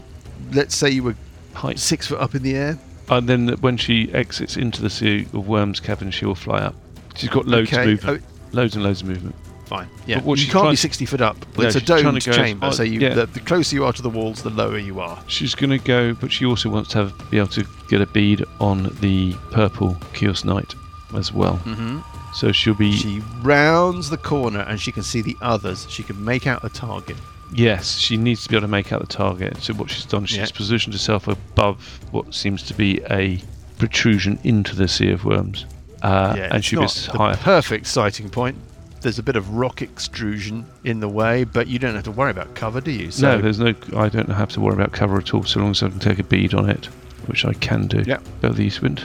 Speaker 1: Let's say you were
Speaker 3: height.
Speaker 1: six foot up in the air.
Speaker 3: And then when she exits into the sea of worms cavern, she will fly up. She's got loads
Speaker 1: Okay,
Speaker 3: of movement. Loads and loads of movement.
Speaker 1: oh, fine. Yeah,
Speaker 3: But what
Speaker 1: you
Speaker 3: she
Speaker 1: can't be
Speaker 3: tries-
Speaker 1: sixty foot up.
Speaker 3: No,
Speaker 1: it's a
Speaker 3: she's trying
Speaker 1: domed
Speaker 3: to go as
Speaker 1: chamber,
Speaker 3: far-
Speaker 1: so you,
Speaker 3: yeah.
Speaker 1: the, the closer you are to the walls, the lower you are.
Speaker 3: She's going to go, but she also wants to have, be able to get a bead on the purple Chaos Knight as well.
Speaker 1: Mm-hmm.
Speaker 3: So she'll be.
Speaker 1: She rounds the corner and she can see the others. She can make out a target.
Speaker 3: yes, she needs to be able to make out the target. So what she's done, she's
Speaker 1: Yeah.
Speaker 3: positioned herself above what seems to be a protrusion into the Sea of Worms. Uh,
Speaker 1: yeah,
Speaker 3: and
Speaker 1: it's
Speaker 3: she
Speaker 1: not
Speaker 3: gets
Speaker 1: the
Speaker 3: higher.
Speaker 1: perfect sighting point. There's a bit of rock extrusion in the way, but you don't have to worry about cover, do you? So
Speaker 3: no, there's no. I don't have to worry about cover at all, so long as I can take a bead on it, which I can do.
Speaker 1: Yeah.
Speaker 3: Go with the east wind.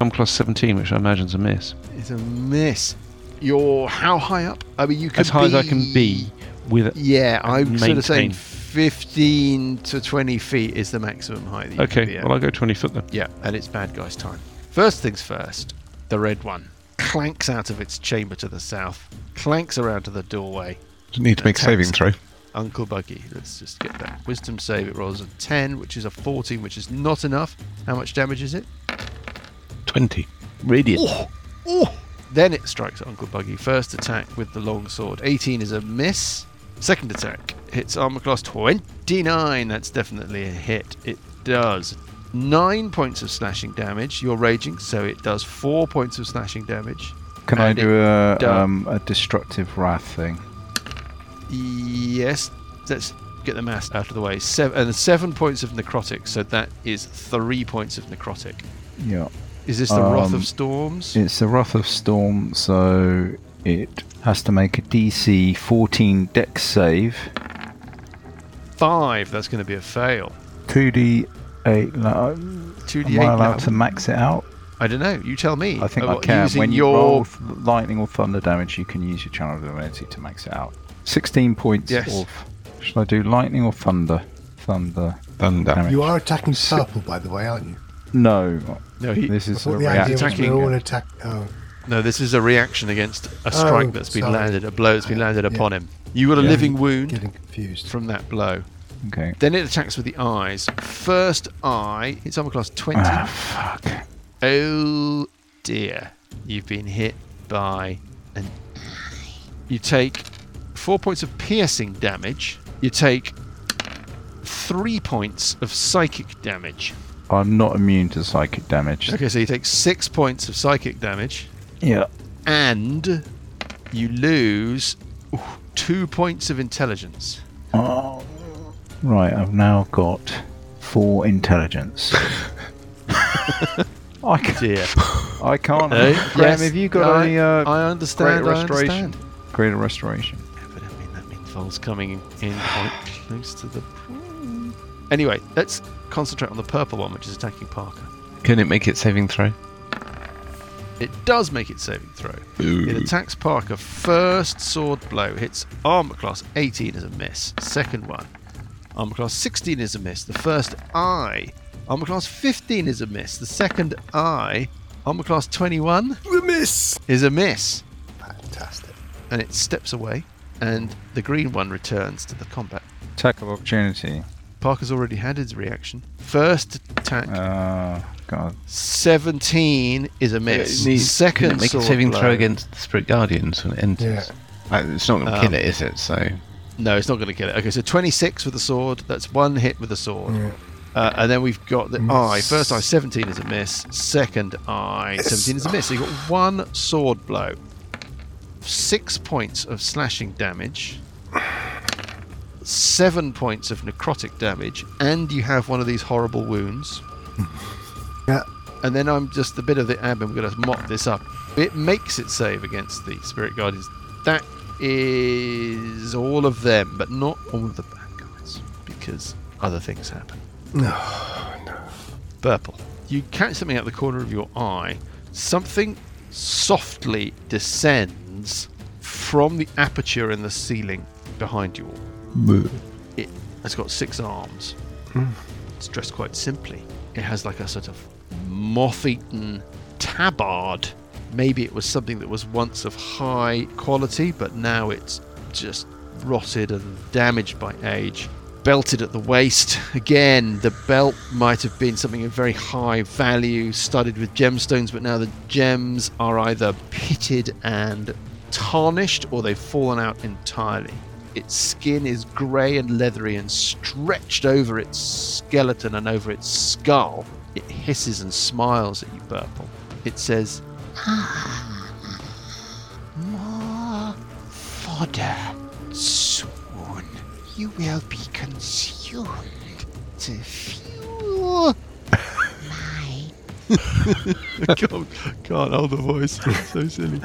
Speaker 3: I'm plus 17, which I imagine's a miss.
Speaker 1: it's a miss. You're how high up? I mean, you could
Speaker 3: As high as I can be with
Speaker 1: Yeah, I'm sort of saying
Speaker 3: maintain.
Speaker 1: 15 to 20 feet is the maximum height. That you Can be
Speaker 3: Okay,
Speaker 1: at.
Speaker 3: well, I'll go 20 foot then.
Speaker 1: Yeah, and it's bad guy's time. First things first, the red one clanks out of its chamber to the south, clanks around to the doorway.
Speaker 7: Need to make a saving throw.
Speaker 1: Uncle Buggy, let's just get that wisdom save. It rolls a 10, which is a 14, which is not enough. How much damage is it?
Speaker 7: 20. Radiant.
Speaker 1: Then it strikes Uncle Buggy. First attack with the long sword. 18 is a miss. Second attack hits armor class 29. That's definitely a hit. It does. Nine points of slashing damage. You're raging, so it does four points of slashing damage.
Speaker 4: Can I
Speaker 1: And
Speaker 4: do
Speaker 1: it
Speaker 4: a
Speaker 1: does.
Speaker 4: um, a destructive wrath thing?
Speaker 1: Yes. Let's get the mass out of the way. Seven, and seven points of necrotic, so that is three points of necrotic.
Speaker 4: Yeah.
Speaker 1: Is this the Wrath
Speaker 4: Um,
Speaker 1: of Storms?
Speaker 4: It's a Wrath of Storm, so it has to make a DC 14 Dex save.
Speaker 1: Five. That's going to be a fail.
Speaker 4: 2d8. la- uh, Am
Speaker 1: 2d8
Speaker 4: I
Speaker 1: now.
Speaker 4: allowed to max it out?
Speaker 1: I don't know. You tell me.
Speaker 4: I think
Speaker 1: Uh,
Speaker 4: I
Speaker 1: what,
Speaker 4: can.
Speaker 1: Using
Speaker 4: When you
Speaker 1: your
Speaker 4: roll th- lightning or thunder damage, you can use your channel of divinity to max it out. 16 points
Speaker 1: Yes.
Speaker 4: off. Should I do lightning or thunder? Thunder.
Speaker 7: Thunder.
Speaker 4: Damn it.
Speaker 5: You are attacking purple, by the way, aren't you?
Speaker 4: No.
Speaker 1: No, he,
Speaker 4: This
Speaker 5: I
Speaker 4: is a
Speaker 5: thought the idea was
Speaker 1: reacting
Speaker 5: we
Speaker 4: reaction.
Speaker 5: all attack. Oh,
Speaker 1: no, this is a reaction against a strike
Speaker 5: Oh,
Speaker 1: that's been
Speaker 5: sorry.
Speaker 1: landed, a blow that's been landed
Speaker 5: Yeah.
Speaker 1: upon him. You got a
Speaker 5: Yeah.
Speaker 1: living wound
Speaker 5: getting confused.
Speaker 1: from that blow.
Speaker 4: Okay.
Speaker 1: Then it attacks with the eyes. First eye, it's armor class 20.
Speaker 4: Ah, fuck.
Speaker 1: Oh dear. You've been hit by an. You take four points of piercing damage. You take three points of psychic damage.
Speaker 4: I'm not immune to psychic damage.
Speaker 1: Okay, so you take six points of psychic damage.
Speaker 4: Yeah.
Speaker 1: and you lose ooh, two points of intelligence.
Speaker 4: Oh. Right, I've now got four intelligence. I, ca-
Speaker 1: Dear.
Speaker 4: I can't.
Speaker 1: Eh?
Speaker 4: Graham,
Speaker 1: Yes,
Speaker 4: have you got
Speaker 1: I,
Speaker 4: any uh,
Speaker 1: I understand.
Speaker 4: greater
Speaker 1: I
Speaker 4: restoration?
Speaker 1: understand.
Speaker 4: greater restoration?
Speaker 1: Yeah, but I mean, that involves coming in quite close to the. Anyway, let's concentrate on the purple one, which is attacking Parker.
Speaker 7: Can it make it saving throw?
Speaker 1: It does make its saving throw. It attacks Parker. First sword blow hits armor class 18 is a miss. Second one, armor class 16 is a miss. The first eye, armor class 15 is a miss. The second eye, armor class 21
Speaker 6: We miss.
Speaker 1: is a miss.
Speaker 5: Fantastic.
Speaker 1: And it steps away, and the green one returns to the combat.
Speaker 4: Attack of opportunity.
Speaker 1: Parker's already had his reaction. First attack,
Speaker 4: Uh, God.
Speaker 1: 17 is a miss. Second
Speaker 7: make
Speaker 1: sword
Speaker 7: a saving
Speaker 1: blow.
Speaker 7: throw against the spirit guardians when it enters. Like, it's not going to
Speaker 1: Um,
Speaker 7: kill it, is it? So
Speaker 1: No, it's not going to kill it. Okay, so 26 with the sword. That's one hit with the sword.
Speaker 5: Yeah.
Speaker 1: Uh, and then we've got the
Speaker 5: Miss.
Speaker 1: eye. First eye, 17 is a miss. Second eye, 17 is a miss. So you've got one sword blow. Six points of slashing damage. Seven points of necrotic damage. And you have one of these horrible wounds.
Speaker 5: Yeah.
Speaker 1: And then I'm just a bit of the admin. We're going to mop this up. It makes it save against the spirit guardians. That is all of them, but not all of the bad guys because other things happen.
Speaker 5: No.
Speaker 1: Purple. You catch something out the corner of your eye. Something softly descends from the aperture in the ceiling behind you all. It has got six arms. It's dressed quite simply. It has like a sort of moth eaten tabard. Maybe it was something that was once of high quality, but now it's just rotted and damaged by age. Belted at the waist. Again, the belt might have been something of very high value, studded with gemstones, but now the gems are either pitted and tarnished or they've fallen out entirely. Its skin is grey and leathery and stretched over its skeleton and over its skull. It hisses and smiles at you, Purple. It says, More fodder. Soon you will be consumed to fuel my can't, can't hold the voice. so silly.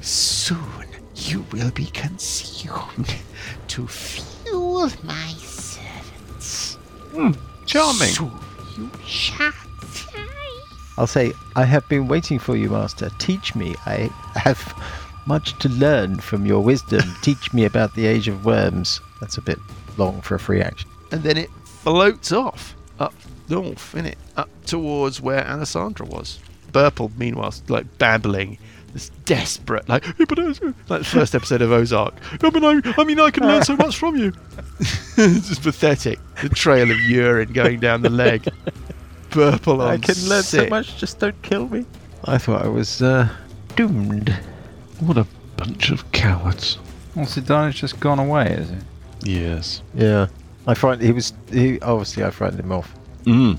Speaker 1: Soon you will be consumed to fuel my servants.
Speaker 7: Charming.
Speaker 1: Soon you shall die.
Speaker 2: I'll say, I have been waiting for you, Master. Teach me. I have much to learn from your wisdom. Teach me about the age of worms. That's a bit long for a free action.
Speaker 1: And then it floats off up north, innit? Up towards where Alessandra was. Burple, meanwhile, like babbling. This desperate, like, but it's- like the first episode of Ozark. No, but I, I mean, I can learn so much from you. it's just pathetic. The trail of urine going down the leg. Burple on sick.
Speaker 2: just don't kill me. I thought I was uh, doomed.
Speaker 3: What a bunch of cowards.
Speaker 4: What's it done? It's just gone away, is it?
Speaker 3: Yes.
Speaker 2: Yeah. I frightened he was he obviously I frightened him off.
Speaker 3: Mm.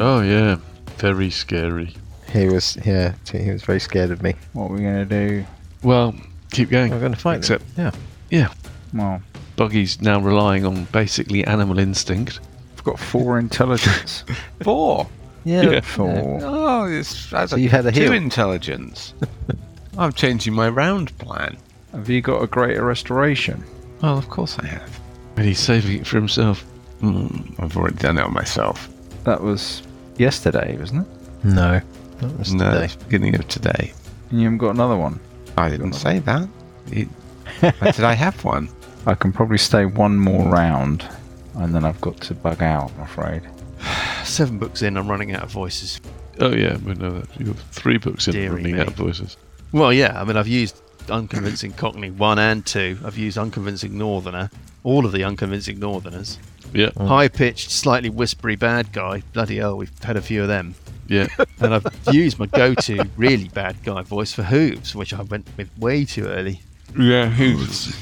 Speaker 3: Oh, yeah. Very scary.
Speaker 2: He was yeah, he was very scared of me.
Speaker 4: What are we gonna do?
Speaker 3: Well, keep going.
Speaker 2: I'm gonna fight him.
Speaker 3: Except-
Speaker 2: Yeah.
Speaker 3: Yeah.
Speaker 4: Well,
Speaker 3: Buggy's now relying on basically animal instinct.
Speaker 4: I've got four intelligence.
Speaker 7: Four.
Speaker 2: Yeah.
Speaker 3: Yeah.
Speaker 4: Four.
Speaker 7: Oh, it's, that's
Speaker 2: So you had a
Speaker 7: two
Speaker 2: heal.
Speaker 7: intelligence. I'm changing my round plan.
Speaker 4: Have you got a greater restoration?
Speaker 7: Well, of course I have.
Speaker 3: And he's saving it for himself.
Speaker 7: Mm, I've already done it on myself.
Speaker 4: That was yesterday, wasn't it?
Speaker 2: No. That was
Speaker 7: No,
Speaker 2: today.
Speaker 7: it's beginning of today.
Speaker 4: And you haven't got another one.
Speaker 7: I didn't say that. It, but did I have one?
Speaker 4: I can probably stay one more round, and then I've got to bug out. I'm afraid.
Speaker 1: Seven books in, I'm running out of voices.
Speaker 3: Oh, yeah, we know that. You've got three books in
Speaker 1: Deary
Speaker 3: running
Speaker 1: me.
Speaker 3: out of voices.
Speaker 1: Well, yeah, I mean, I've used Unconvincing Cockney 1 and 2. I've used Unconvincing Northerner. All of the Unconvincing Northerners.
Speaker 3: Yeah,
Speaker 2: Mm.
Speaker 1: high pitched, slightly whispery bad guy. Bloody hell, we've had a few of them.
Speaker 3: yeah.
Speaker 1: And I've used my go to really bad guy voice for hooves, which I went with way too early.
Speaker 3: yeah, who's.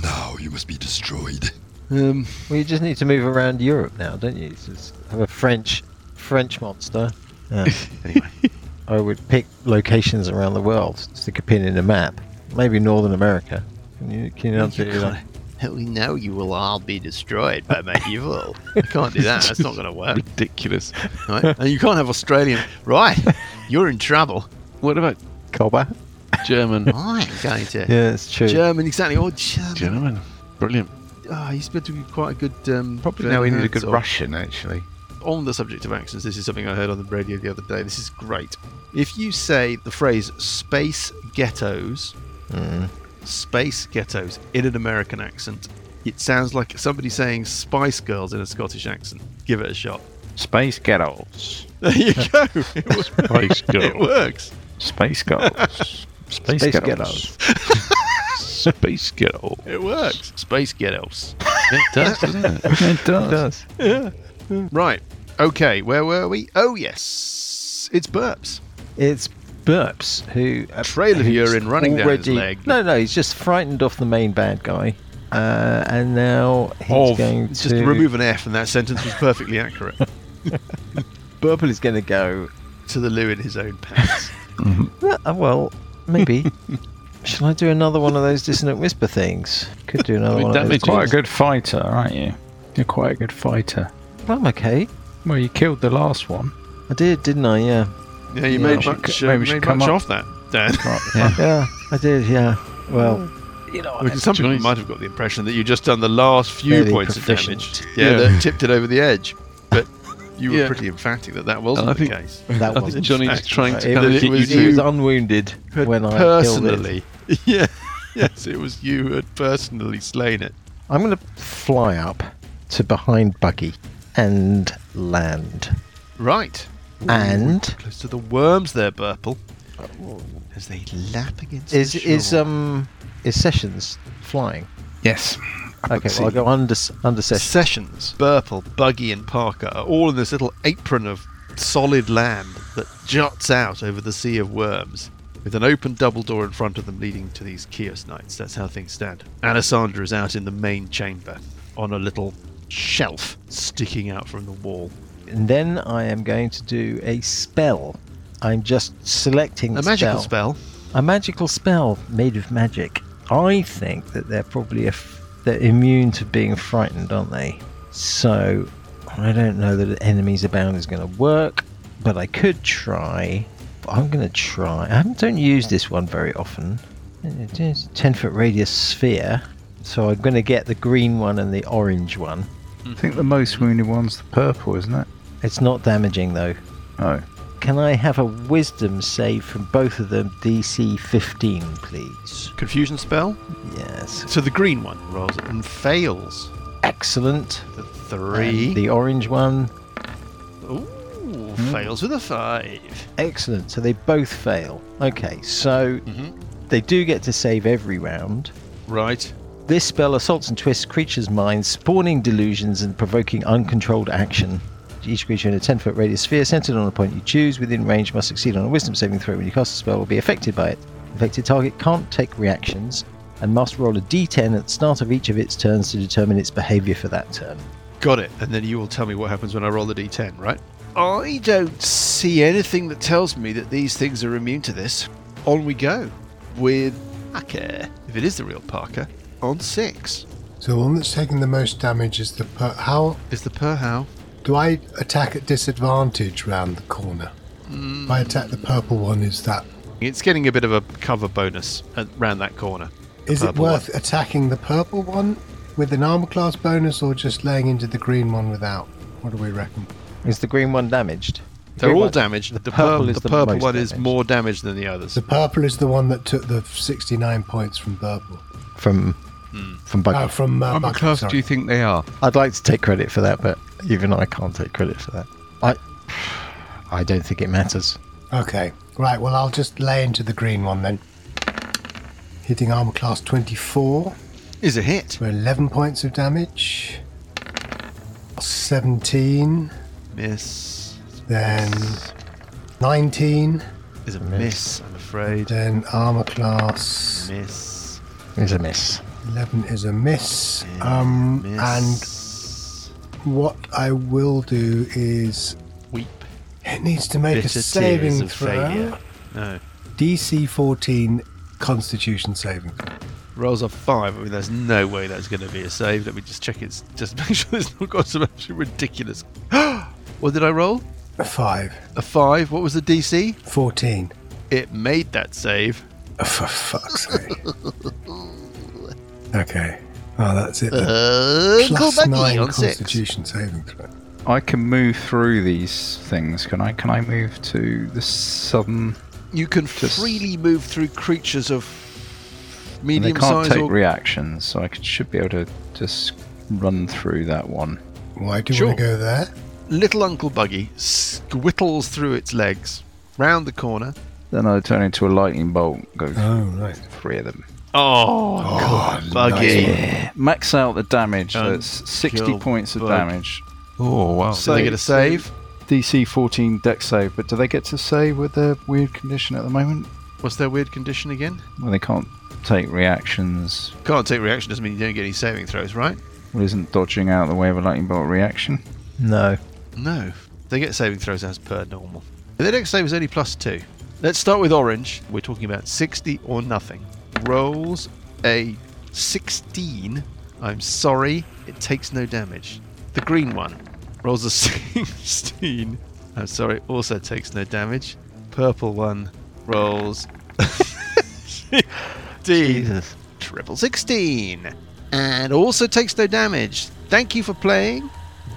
Speaker 6: Now you must be destroyed.
Speaker 1: Um,
Speaker 2: Well you just need to move around Europe now, don't you? Just have a French French monster. Yeah.
Speaker 1: anyway,
Speaker 2: I would pick locations around the world, stick a pin in a map. Maybe Northern America. Can you can you not do that?
Speaker 1: we know you will all be destroyed by medieval. You can't do that. That's not going to work.
Speaker 3: Ridiculous.
Speaker 1: Right? And you can't have Australian. Right. You're in trouble.
Speaker 3: What about
Speaker 2: Cobber?
Speaker 3: German?
Speaker 1: I'm going to.
Speaker 2: Yeah, it's true.
Speaker 1: German, exactly. Or German.
Speaker 3: German. Brilliant.
Speaker 1: Ah, he's meant to be quite a good. Um,
Speaker 7: Probably no, we need a good
Speaker 1: Herzog.
Speaker 7: Russian, actually.
Speaker 1: on the subject of accents, this is something I heard on the radio the other day. This is great. If you say the phrase space ghettos,
Speaker 7: Hmm.
Speaker 1: space ghettos in an American accent, it sounds like somebody saying Spice Girls in a Scottish accent. Give it a shot.
Speaker 4: Space ghettos.
Speaker 1: There you go. It, wo-
Speaker 3: Space
Speaker 1: it
Speaker 3: girl.
Speaker 1: works.
Speaker 4: Space ghettos. Space,
Speaker 2: Space
Speaker 4: ghettos.
Speaker 2: ghettos.
Speaker 3: Space girl.
Speaker 1: It works. Space ghettos.
Speaker 3: It does, doesn't it?
Speaker 4: It does.
Speaker 1: Right. Okay. Where were we? Oh yes, it's burps.
Speaker 2: It's Burps who a
Speaker 1: trail of urine running down his leg.
Speaker 2: No, no, he's just frightened off the main bad guy, uh, and now he's
Speaker 1: Of.
Speaker 2: going
Speaker 1: Just
Speaker 2: to
Speaker 1: remove an F, and that sentence was perfectly accurate.
Speaker 2: Burple is going to go.
Speaker 1: to the loo in his own pants.
Speaker 2: "Uh, Well, maybe. Shall I do another one of those dissonant whisper things? Could do another
Speaker 3: I mean,
Speaker 2: one.
Speaker 3: damage
Speaker 2: of those.
Speaker 4: Quite a good fighter, aren't you? You're quite a good fighter.
Speaker 2: Well, I'm okay.
Speaker 4: Well, you killed the last one.
Speaker 2: I did, didn't I? Yeah.
Speaker 1: Yeah, you
Speaker 2: Yeah,
Speaker 1: made
Speaker 4: we
Speaker 1: much,
Speaker 4: should-
Speaker 1: uh,
Speaker 4: maybe we should
Speaker 1: made
Speaker 4: come
Speaker 1: much
Speaker 4: up-
Speaker 1: off that, Dan.
Speaker 2: Yeah, I did. Yeah. Well,
Speaker 1: Because some people
Speaker 3: choice.
Speaker 1: might have got the impression that you just done the last few
Speaker 2: Fairly
Speaker 1: points of
Speaker 2: proficient.
Speaker 1: damage. Yeah,
Speaker 3: Yeah.
Speaker 1: that tipped it over the edge. But you were
Speaker 3: Yeah.
Speaker 1: pretty emphatic that that wasn't
Speaker 3: I
Speaker 1: the
Speaker 3: think-
Speaker 1: case.
Speaker 2: that
Speaker 3: I
Speaker 2: was
Speaker 3: think Johnny's
Speaker 1: fact,
Speaker 3: trying
Speaker 1: right.
Speaker 3: to kind
Speaker 1: It
Speaker 3: of
Speaker 1: was-
Speaker 3: get
Speaker 1: it was
Speaker 3: you
Speaker 2: He was
Speaker 1: you-
Speaker 3: to.
Speaker 2: unwounded
Speaker 1: Had
Speaker 2: when I killed it.
Speaker 1: personally, yeah, yes, it was you who had personally slain it.
Speaker 2: I'm going to fly up to behind Buggy and land.
Speaker 1: Right.
Speaker 2: And
Speaker 1: Close to the worms there, Burple. As they lap against
Speaker 2: Uh, is
Speaker 1: the
Speaker 2: is
Speaker 1: shovel.
Speaker 2: um is Sessions flying?
Speaker 7: Yes.
Speaker 2: Okay, well, I'll go under under Sessions.
Speaker 1: Sessions, Burple, Buggy, and Parker are all in this little apron of solid land that juts out over the sea of worms. with an open double door in front of them leading to these Kios Knights. That's how things stand. Alessandra is out in the main chamber on a little shelf sticking out from the wall.
Speaker 2: And then I am going to do a spell. I'm just selecting
Speaker 1: A
Speaker 2: the
Speaker 1: magical spell.
Speaker 2: A magical spell made of magic. I think that they're probably af- they're immune to being frightened, aren't they? So I don't know that enemies abound is going to work, but I could try. I'm going to try. I haven't- don't use this one very often. It is a 10 foot radius sphere. So I'm going to get the green one and the orange one.
Speaker 4: I think the most wounded one's the purple, isn't it?
Speaker 2: It's not damaging though.
Speaker 4: Oh.
Speaker 2: Can I have a wisdom save from both of them, DC 15, please?
Speaker 1: Confusion spell.
Speaker 2: Yes.
Speaker 1: So the green one rolls it and fails.
Speaker 2: Excellent.
Speaker 1: The
Speaker 2: And
Speaker 1: three.
Speaker 2: the Hmm? orange one.
Speaker 1: Ooh, fails with a five.
Speaker 2: Excellent. So they both fail. Okay, so
Speaker 1: Mm-hmm.
Speaker 2: they do get to save every round.
Speaker 1: Right.
Speaker 2: This spell assaults and twists creatures' minds, spawning delusions and provoking uncontrolled action. Each creature in a 10 foot radius sphere centered on a point you choose within range must succeed on a wisdom saving throw when you cast a spell or be affected by it. Affected target can't take reactions and must roll a d10 at the start of each of its turns to determine its behavior for that turn.
Speaker 1: Got it. And then you will tell me what happens when I roll the d10, right? I don't see anything that tells me that these things are immune to this. On we go with Parker, if it is the real Parker, on six.
Speaker 5: So the one that's taking the most damage is the per- how
Speaker 1: Is the per how?
Speaker 5: do I attack at disadvantage round the corner? If I attack the purple one, is that
Speaker 1: It's getting a bit of a cover bonus at- round that corner. The
Speaker 5: is it
Speaker 1: purple
Speaker 5: worth attacking the purple one with an armor class bonus or just laying into the green one without? What do we reckon?
Speaker 2: Is the green one damaged?
Speaker 1: one. They're all damaged. The, purple, the purple
Speaker 2: most
Speaker 1: one is
Speaker 2: damaged.
Speaker 1: more damaged than the others.
Speaker 5: The purple is the one that took the 69 points from purple.
Speaker 2: from from Buggy.
Speaker 5: Uh, from uh,
Speaker 7: How much
Speaker 5: Bucky,
Speaker 7: class
Speaker 5: sorry.
Speaker 7: do you think they are?
Speaker 2: I'd like to take credit for that, but even I can't take credit for that. I I don't think it matters.
Speaker 5: Okay. Right, well, I'll just lay into the green one then. Hitting armor class 24
Speaker 1: is a hit.
Speaker 5: for 11 points of damage. 17,
Speaker 1: Miss.
Speaker 5: then 19,
Speaker 1: Is a miss, I'm afraid.
Speaker 5: then armor class
Speaker 1: Miss.
Speaker 2: It's a miss.
Speaker 5: 11 is a miss. Um, and
Speaker 1: miss.
Speaker 5: what I will do is
Speaker 1: And weep.
Speaker 5: it needs to make
Speaker 1: Bitter
Speaker 5: a
Speaker 1: tears
Speaker 5: saving
Speaker 1: of
Speaker 5: throw.
Speaker 1: failure. No.
Speaker 5: DC 14 Constitution saving. throw.
Speaker 1: Rolls a five. I mean, there's no way that's going to be a save. Let me just check it's just make sure it's not got some absolutely ridiculous. what did I roll?
Speaker 5: A 5,
Speaker 1: A five. What was the DC?
Speaker 5: 14.
Speaker 1: It made that save.
Speaker 5: Oh, for fuck's sake. okay. Oh, that's it. then.
Speaker 1: Uh,
Speaker 5: Plus nine constitution saving throw.
Speaker 4: I can move through these things, can I? Can I move to the southern?
Speaker 1: You can
Speaker 4: Just-
Speaker 1: freely move through creatures of
Speaker 4: and they
Speaker 1: medium
Speaker 4: can't
Speaker 1: size
Speaker 4: take
Speaker 1: or
Speaker 4: reactions, so I could, should be able to just run through that one.
Speaker 5: Why do
Speaker 1: Sure.
Speaker 5: we go there?
Speaker 1: little Uncle Buggy squittles through its legs round the corner.
Speaker 4: Then I turn into a lightning bolt, and go
Speaker 5: Oh, right.
Speaker 4: three of them.
Speaker 1: Oh, God, Buggy!
Speaker 4: Max out the damage.
Speaker 1: Um,
Speaker 4: so it's sixty
Speaker 1: kill
Speaker 4: points of
Speaker 1: bug.
Speaker 4: damage.
Speaker 7: Oh wow!
Speaker 1: So they get a save.
Speaker 4: DC fourteen dex save, but do they get to save with their weird condition at the moment?
Speaker 1: What's their weird condition again?
Speaker 4: Well, they can't take reactions.
Speaker 1: Can't take reaction doesn't mean you don't get any saving throws, right?
Speaker 4: Well, isn't dodging out of the way of a lightning bolt reaction?
Speaker 2: No.
Speaker 1: No. They get saving throws as per normal. Their next save is only plus two. Let's start with orange. We're talking about 60 or nothing. Rolls a 16. I'm sorry, it takes no damage. The green one rolls a 16. I'm Uh, sorry, also takes no damage. Purple one rolls 15. Triple 16. And also takes no damage. Thank you for playing.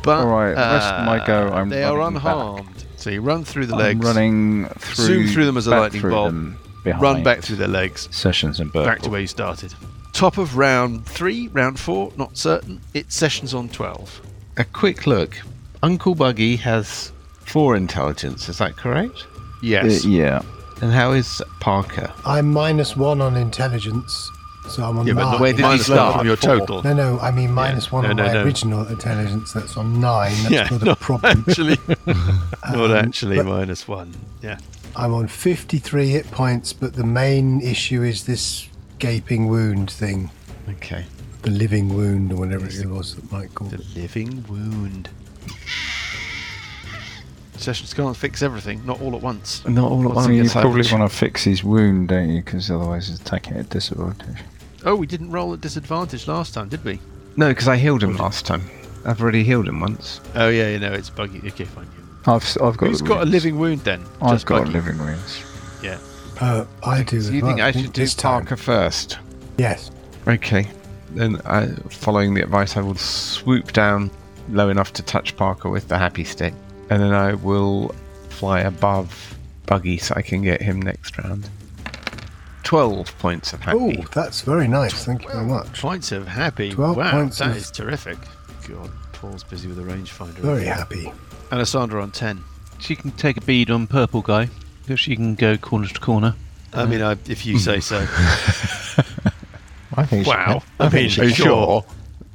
Speaker 1: But uh,
Speaker 4: All right, rest of my go, I'm
Speaker 1: they are
Speaker 4: running back.
Speaker 1: unharmed. So you run through the
Speaker 4: I'm
Speaker 1: legs,
Speaker 4: running through,
Speaker 1: Zoom through them as a
Speaker 4: back
Speaker 1: lightning
Speaker 4: through
Speaker 1: bolt.
Speaker 4: them behind
Speaker 1: run back through their legs,
Speaker 4: sessions and Uh,
Speaker 1: back to where you started. Top of round three, round four, not certain. It's sessions on 12.
Speaker 7: A quick look. Uncle Buggy has four intelligence. Is that correct?
Speaker 1: Yes.
Speaker 4: yeah,
Speaker 7: And how is Parker?
Speaker 5: I'm minus one on intelligence. So I'm on
Speaker 1: Yeah, but
Speaker 5: nine.
Speaker 1: the way
Speaker 7: Where did he
Speaker 1: minus one
Speaker 7: start?
Speaker 1: from your
Speaker 7: Four.
Speaker 1: total.
Speaker 5: no, no, I mean minus one
Speaker 1: No,
Speaker 5: on
Speaker 1: no,
Speaker 5: my
Speaker 1: no.
Speaker 5: original intelligence. That's on nine. That's
Speaker 1: Yeah,
Speaker 5: not a
Speaker 1: not
Speaker 5: problem.
Speaker 1: actually, not
Speaker 5: Um,
Speaker 1: actually
Speaker 5: but-
Speaker 1: minus one. Yeah.
Speaker 5: I'm on 53 hit points, but the main issue is this gaping wound thing.
Speaker 7: Okay.
Speaker 5: The living wound, or whatever it was that Mike called
Speaker 7: The
Speaker 5: it.
Speaker 7: living wound.
Speaker 1: Sessions can't fix everything, not all at once.
Speaker 7: Not all at
Speaker 1: What's
Speaker 4: I
Speaker 1: the
Speaker 4: mean, you
Speaker 1: inside
Speaker 4: probably
Speaker 1: reach?
Speaker 4: want to fix his wound, don't you? Because otherwise he's attacking at disadvantage.
Speaker 1: Oh, we didn't roll at disadvantage last time, did we?
Speaker 7: No, because I healed him last time. I've already healed him once.
Speaker 1: Oh yeah, you know it's buggy. Okay, fine.
Speaker 4: I've, s- I've got.
Speaker 1: Who's
Speaker 4: the
Speaker 1: got a
Speaker 4: wounds.
Speaker 1: living wound then?
Speaker 4: I've
Speaker 1: Just
Speaker 4: got
Speaker 1: Buggy.
Speaker 4: living wounds.
Speaker 1: Yeah.
Speaker 5: Uh, I do.
Speaker 7: So
Speaker 5: as
Speaker 7: you
Speaker 5: well.
Speaker 7: think I should do
Speaker 5: this time.
Speaker 7: Parker first?
Speaker 5: Yes.
Speaker 7: Okay. Then, I, following the advice, I will swoop down low enough to touch Parker with the happy stick, and then I will fly above Buggy so I can get him next round. Twelve points of
Speaker 5: Oh,
Speaker 7: happy.
Speaker 5: that's very nice. Thank you very much.
Speaker 1: Points of happy.
Speaker 5: 12
Speaker 1: wow,
Speaker 5: points
Speaker 1: that
Speaker 5: of-
Speaker 1: is terrific. God, Paul's busy with the rangefinder.
Speaker 5: Very happy.
Speaker 1: Alessandra on ten.
Speaker 3: She can take a bead on purple guy. Because she can go corner to corner.
Speaker 1: I mean, I, if you say so.
Speaker 2: I think. she-
Speaker 1: wow. I mean, sure.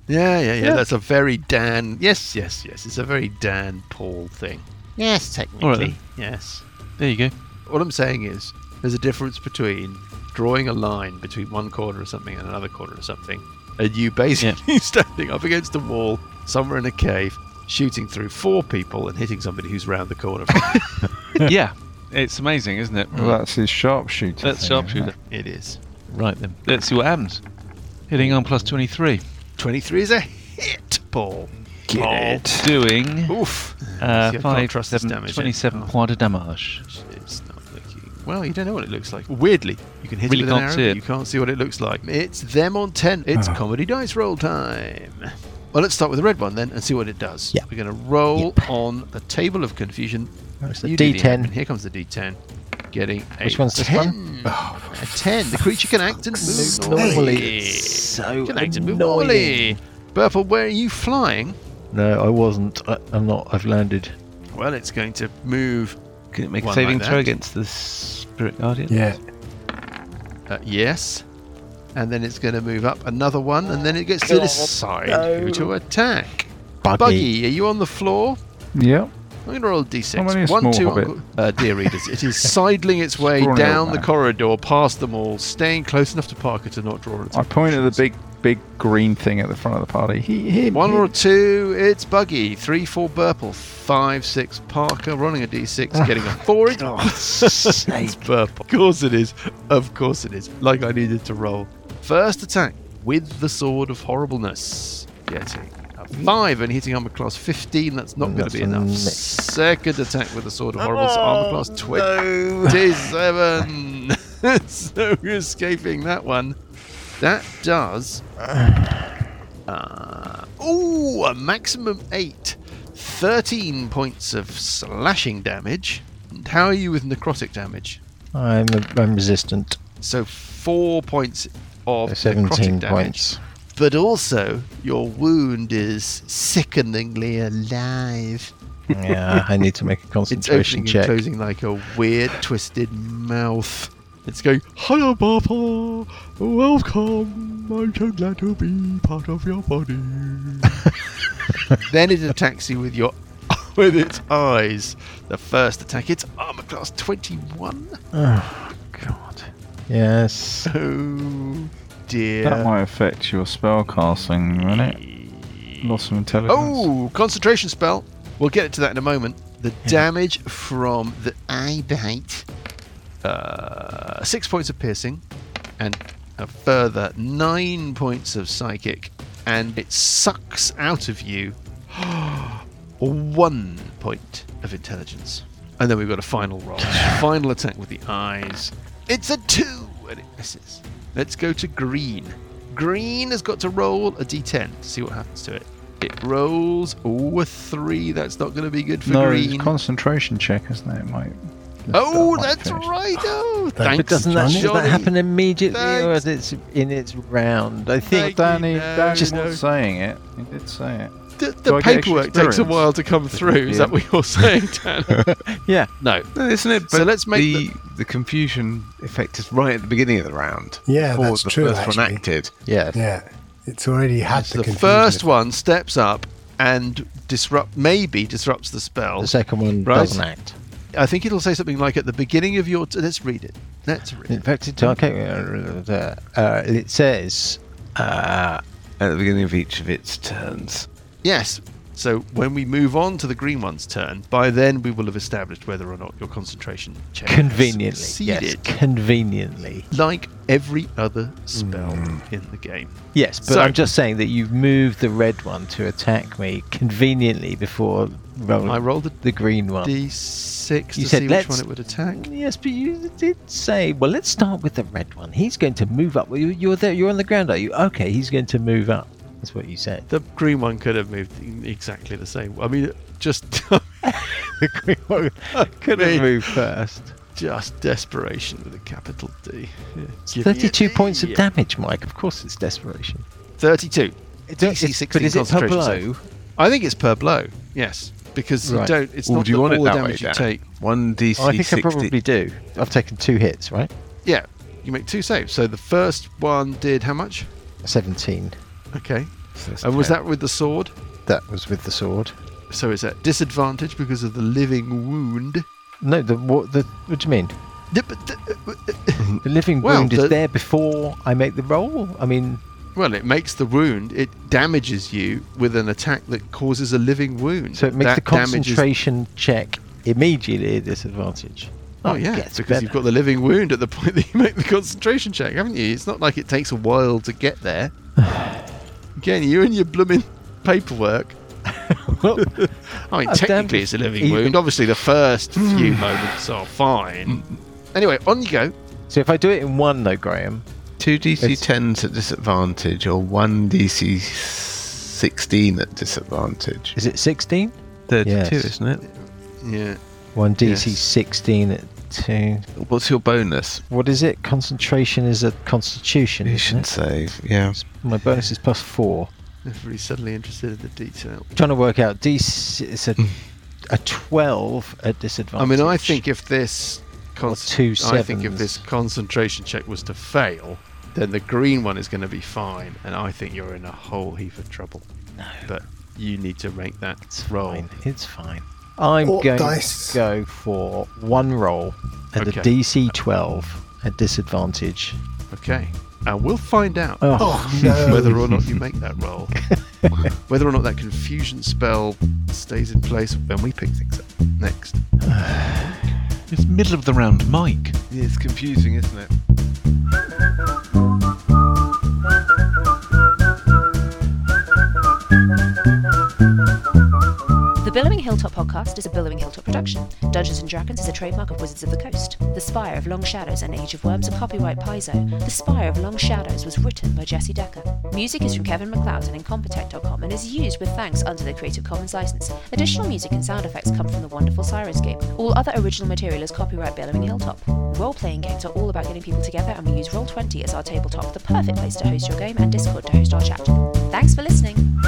Speaker 1: Yeah, yeah, yeah, That's a very Dan. Yes, yes, yes. It's a very Dan Paul thing. Yes, technically.
Speaker 3: Alright
Speaker 1: Yes.
Speaker 3: There you go.
Speaker 1: What I'm saying is, there's a difference between drawing a line between one corner of something and another corner of something, and you basically standing up against a wall somewhere in a cave, shooting through four people and hitting somebody who's round the corner. from you.
Speaker 3: yeah. It's amazing, isn't it?
Speaker 1: Mm.
Speaker 4: Well, that's his sharpshooter.
Speaker 3: That's
Speaker 4: thing, isn't
Speaker 3: sharpshooter.
Speaker 1: it is.
Speaker 3: Right then. Let's see what happens. Hitting on plus 23.
Speaker 1: 23 is a hit, Paul.
Speaker 4: Get
Speaker 1: Paul.
Speaker 4: it.
Speaker 3: Doing
Speaker 1: Oof.
Speaker 3: uh,
Speaker 1: See, I can't
Speaker 3: 5,
Speaker 1: trust this
Speaker 3: seven,
Speaker 1: damage
Speaker 3: 27
Speaker 1: yet. Oh.
Speaker 3: point of damage.
Speaker 1: It's not looking. Well, you don't know what it looks like. Weirdly, you can hit
Speaker 3: Really
Speaker 1: it with an
Speaker 3: can't
Speaker 1: arrow,
Speaker 3: see
Speaker 1: but
Speaker 3: it.
Speaker 1: you can't see what it looks like. It's them on 10. It's
Speaker 5: Oh.
Speaker 1: comedy dice roll time. Well, let's start with the red one then and see what it does.
Speaker 2: Yeah.
Speaker 1: We're going to roll on the table of confusion.
Speaker 2: That's the
Speaker 1: You do
Speaker 2: D10.
Speaker 1: admin. Here comes the D10. Getting a
Speaker 2: Which one's this
Speaker 1: 10.
Speaker 2: one?
Speaker 1: A 10. The creature can act and move normally.
Speaker 2: Normally, it's so
Speaker 1: Can act and move
Speaker 2: annoying.
Speaker 1: normally. Purple, where are you flying?
Speaker 2: No, I wasn't. I, I'm not. I've landed.
Speaker 1: Well, it's going to move.
Speaker 7: Can it make a
Speaker 1: One
Speaker 7: saving
Speaker 1: like
Speaker 7: throw
Speaker 1: that.
Speaker 7: against the Spirit Guardian?
Speaker 5: Yeah.
Speaker 1: Uh, yes. And then it's going to move up another one, and then it gets to this side who to attack.
Speaker 2: Buggy.
Speaker 1: Buggy, are you on the floor?
Speaker 4: Yep.
Speaker 1: I'm going to roll a d6.
Speaker 4: How many is
Speaker 1: one,
Speaker 4: small
Speaker 1: two,
Speaker 4: hobbit?
Speaker 1: uncle- uh, dear readers, it is sidling its way
Speaker 4: Sprawling
Speaker 1: down
Speaker 4: old
Speaker 1: the
Speaker 4: man.
Speaker 1: corridor, past them all, staying close enough to Parker to not draw its
Speaker 4: I point at the big, big green thing at the front of the party. He, him,
Speaker 1: One
Speaker 4: him.
Speaker 1: or two, it's Buggy. Three, four, Burple. Five, six, Parker. Rolling a
Speaker 4: Ah.
Speaker 1: d6, getting a four. It's-
Speaker 4: Oh,
Speaker 1: it's Burple. Of course it is. Of course it is. Like I needed to roll. First attack with the Sword of Horribleness. Getting a five and hitting armor class 15. That's not
Speaker 2: And
Speaker 1: going
Speaker 2: that's
Speaker 1: to be
Speaker 2: a
Speaker 1: enough.
Speaker 2: miss.
Speaker 1: Second attack with the Sword of Horribleness. Armor class 27. so escaping that one. That does uh, Ooh, a maximum eight. 13 points of slashing damage. And how are you with necrotic damage?
Speaker 2: I'm I'm resistant.
Speaker 1: So four points of
Speaker 2: Seventeen
Speaker 1: necrotic damage.
Speaker 2: points.
Speaker 1: But also, your wound is sickeningly alive.
Speaker 2: yeah, Uh, I need to make a
Speaker 1: It's opening
Speaker 2: concentration
Speaker 1: and
Speaker 2: check.
Speaker 1: closing like a weird, twisted mouth. It's going, Hiya, Papa! Welcome! I'm so glad to be part of your body. then it attacks you with your with its eyes. The first attack, it's armor class 21.
Speaker 4: God.
Speaker 2: Yes.
Speaker 1: Oh
Speaker 4: That
Speaker 1: dear.
Speaker 4: might affect your spell casting, won't it? Loss of intelligence.
Speaker 1: Oh, concentration spell. We'll get to that in a moment. The damage from the eye bite. Uh, six points of piercing, and a further nine points of psychic, and it sucks out of you one point of intelligence. And then we've got a final roll. final attack with the eyes. It's a two, and it misses. Let's go to green. Green has got to roll a d10 to see what happens to it. It rolls, oh, a three. That's not going to be good for
Speaker 4: no, it's
Speaker 1: green.
Speaker 4: concentration check, isn't it? it might.
Speaker 1: oh,
Speaker 4: that might
Speaker 1: that's
Speaker 4: finish.
Speaker 1: right. Oh,
Speaker 5: But
Speaker 1: thanks,
Speaker 2: But doesn't that,
Speaker 5: Johnny.
Speaker 2: should that
Speaker 1: Johnny.
Speaker 2: happen immediately or
Speaker 1: Thanks.
Speaker 2: is it in its round? I
Speaker 1: Thank
Speaker 2: think
Speaker 4: Danny,
Speaker 1: you.
Speaker 4: Danny
Speaker 1: No,
Speaker 4: was
Speaker 1: no.
Speaker 4: saying it. He did say it.
Speaker 1: the, the
Speaker 4: I get extra
Speaker 1: paperwork takes a
Speaker 4: experience?
Speaker 1: while to come through. Is
Speaker 4: Yeah.
Speaker 1: that what you're saying, Dan?
Speaker 2: Yeah.
Speaker 1: No.
Speaker 7: No, isn't it?
Speaker 1: So
Speaker 7: But
Speaker 1: let's make
Speaker 7: the, the confusion effect is right at the beginning of the round.
Speaker 5: Yeah,
Speaker 7: before
Speaker 5: that's
Speaker 7: the
Speaker 5: true,
Speaker 7: First one
Speaker 5: actually.
Speaker 7: acted.
Speaker 2: Yeah.
Speaker 5: Yeah, it's already had
Speaker 1: So
Speaker 5: the,
Speaker 1: the
Speaker 5: confusion
Speaker 1: first
Speaker 5: effect.
Speaker 1: one steps up and disrupt, maybe disrupts the spell.
Speaker 2: The second one
Speaker 1: Right.
Speaker 2: doesn't act.
Speaker 1: I think it'll say something like at the beginning of your. T- let's read it. Let's read it.
Speaker 2: Infected target. uh, Uh, it says. Uh,
Speaker 7: At the beginning of each of its turns.
Speaker 1: Yes. So when we move on to the green one's turn, by then we will have established whether or not your concentration check has
Speaker 2: conveniently. Yes.
Speaker 1: succeeded,
Speaker 2: Conveniently. Mm.
Speaker 1: Like every other spell in the game.
Speaker 2: Yes, but
Speaker 1: So-
Speaker 2: I'm just saying that you've moved the red one to attack me conveniently before rolling
Speaker 1: I rolled a
Speaker 2: the green one.
Speaker 1: d6
Speaker 2: You
Speaker 1: to
Speaker 2: said
Speaker 1: see which
Speaker 2: let's-
Speaker 1: one it would attack.
Speaker 2: Yes, but you did say. Well, let's start with the red one. He's going to move up. Well, you- You're there. You're on the ground, are you? Okay, he's going to move up. That's what you said.
Speaker 1: The green one could have moved in exactly the same. I mean, just
Speaker 2: The green one could
Speaker 1: Me.
Speaker 2: have moved first.
Speaker 1: just desperation with a capital D. Yeah.
Speaker 2: It's
Speaker 1: Give me a
Speaker 2: 32 points of
Speaker 1: D.
Speaker 2: damage, Mike. Of course, it's desperation.
Speaker 1: 32. DC
Speaker 2: It's-
Speaker 1: 16
Speaker 2: but is it per
Speaker 1: concentration
Speaker 2: blow?
Speaker 1: save. I think it's per blow. Yes, because you
Speaker 2: Right.
Speaker 1: don't. It's
Speaker 7: Or
Speaker 1: not
Speaker 7: do you
Speaker 1: the,
Speaker 7: want it
Speaker 1: all the
Speaker 7: that way,
Speaker 1: damage you
Speaker 7: Dan?
Speaker 1: take.
Speaker 7: One DC
Speaker 2: Oh, I think
Speaker 7: 60.
Speaker 2: I probably do. I've taken two hits, right?
Speaker 1: Yeah, you make two saves. So the first one did how much?
Speaker 2: 17.
Speaker 1: Okay,
Speaker 7: So that's
Speaker 1: and was
Speaker 7: 10.
Speaker 1: that with the sword?
Speaker 2: That was with the sword.
Speaker 1: So it's at disadvantage because of the living wound.
Speaker 2: No, the what? The what do you mean?
Speaker 1: Th- but th-
Speaker 7: uh,
Speaker 2: The living
Speaker 1: Well,
Speaker 2: wound
Speaker 1: the-
Speaker 2: is there before I make the roll. I mean,
Speaker 1: Well, it makes the wound. It damages you with an attack that causes a living wound.
Speaker 2: so it makes
Speaker 1: That
Speaker 2: the
Speaker 1: damages-
Speaker 2: concentration check immediately a disadvantage.
Speaker 1: Oh
Speaker 2: it
Speaker 1: yeah,
Speaker 2: gets
Speaker 1: because
Speaker 2: better.
Speaker 1: you've got the living wound at the point that you make the concentration check, haven't you? It's not like it takes a while to get there. Again, you and your blooming paperwork. I mean,
Speaker 2: I've
Speaker 1: technically,
Speaker 2: done
Speaker 1: it's a living
Speaker 2: even- Hmm.
Speaker 1: wound. Obviously, the first few moments are fine. Anyway, on you go.
Speaker 2: so if I do it in one though, Graham,
Speaker 7: Two DC
Speaker 2: It's-
Speaker 7: 10s at disadvantage or one DC 16 at disadvantage.
Speaker 2: is it sixteen?
Speaker 7: 32,
Speaker 2: Yes.
Speaker 7: isn't it?
Speaker 1: Yeah,
Speaker 2: One DC
Speaker 1: Yes.
Speaker 2: sixteen at two.
Speaker 7: What's your bonus?
Speaker 2: What is it? Concentration is a Constitution.
Speaker 7: You
Speaker 2: Isn't it?
Speaker 7: should save, yeah.
Speaker 2: My bonus is plus four.
Speaker 1: everybody's suddenly interested in the detail.
Speaker 2: trying to work out DC. It's a a twelve at
Speaker 1: Hmm. I
Speaker 2: disadvantage.
Speaker 1: mean, I think if this con-
Speaker 2: two
Speaker 1: I think if
Speaker 2: sevens.
Speaker 1: this concentration check was to fail, then the green one is going to be fine, and I think you're in a whole heap of trouble. No. But you need to make that
Speaker 2: it's
Speaker 1: roll.
Speaker 2: fine. It's fine. I'm
Speaker 5: Or
Speaker 2: going
Speaker 5: dice.
Speaker 2: to go for one roll at
Speaker 1: Okay.
Speaker 2: a DC twelve at disadvantage.
Speaker 1: Okay. And we'll find out
Speaker 2: Oh,
Speaker 5: Oh no!
Speaker 1: whether or not you make that roll, whether or not that confusion spell stays in place when we pick things up next.
Speaker 3: It's middle of the round, Mike.
Speaker 7: It's confusing, isn't it?
Speaker 8: The Billowing Hilltop podcast is a Billowing Hilltop production. Dungeons and Dragons is a trademark of Wizards of the Coast. The Spire of Long Shadows and Age of Worms are copyright Paizo. The Spire of Long Shadows was written by Jesse Decker. Music is from Kevin MacLeod and Incompetech.com and is used with thanks under the Creative Commons license. Additional music and sound effects come from the wonderful Sirenscape. All other original material is copyright Billowing Hilltop. Role playing games are all about getting people together, and we use Roll20 as our tabletop, the perfect place to host your game and Discord to host our chat. Thanks for listening.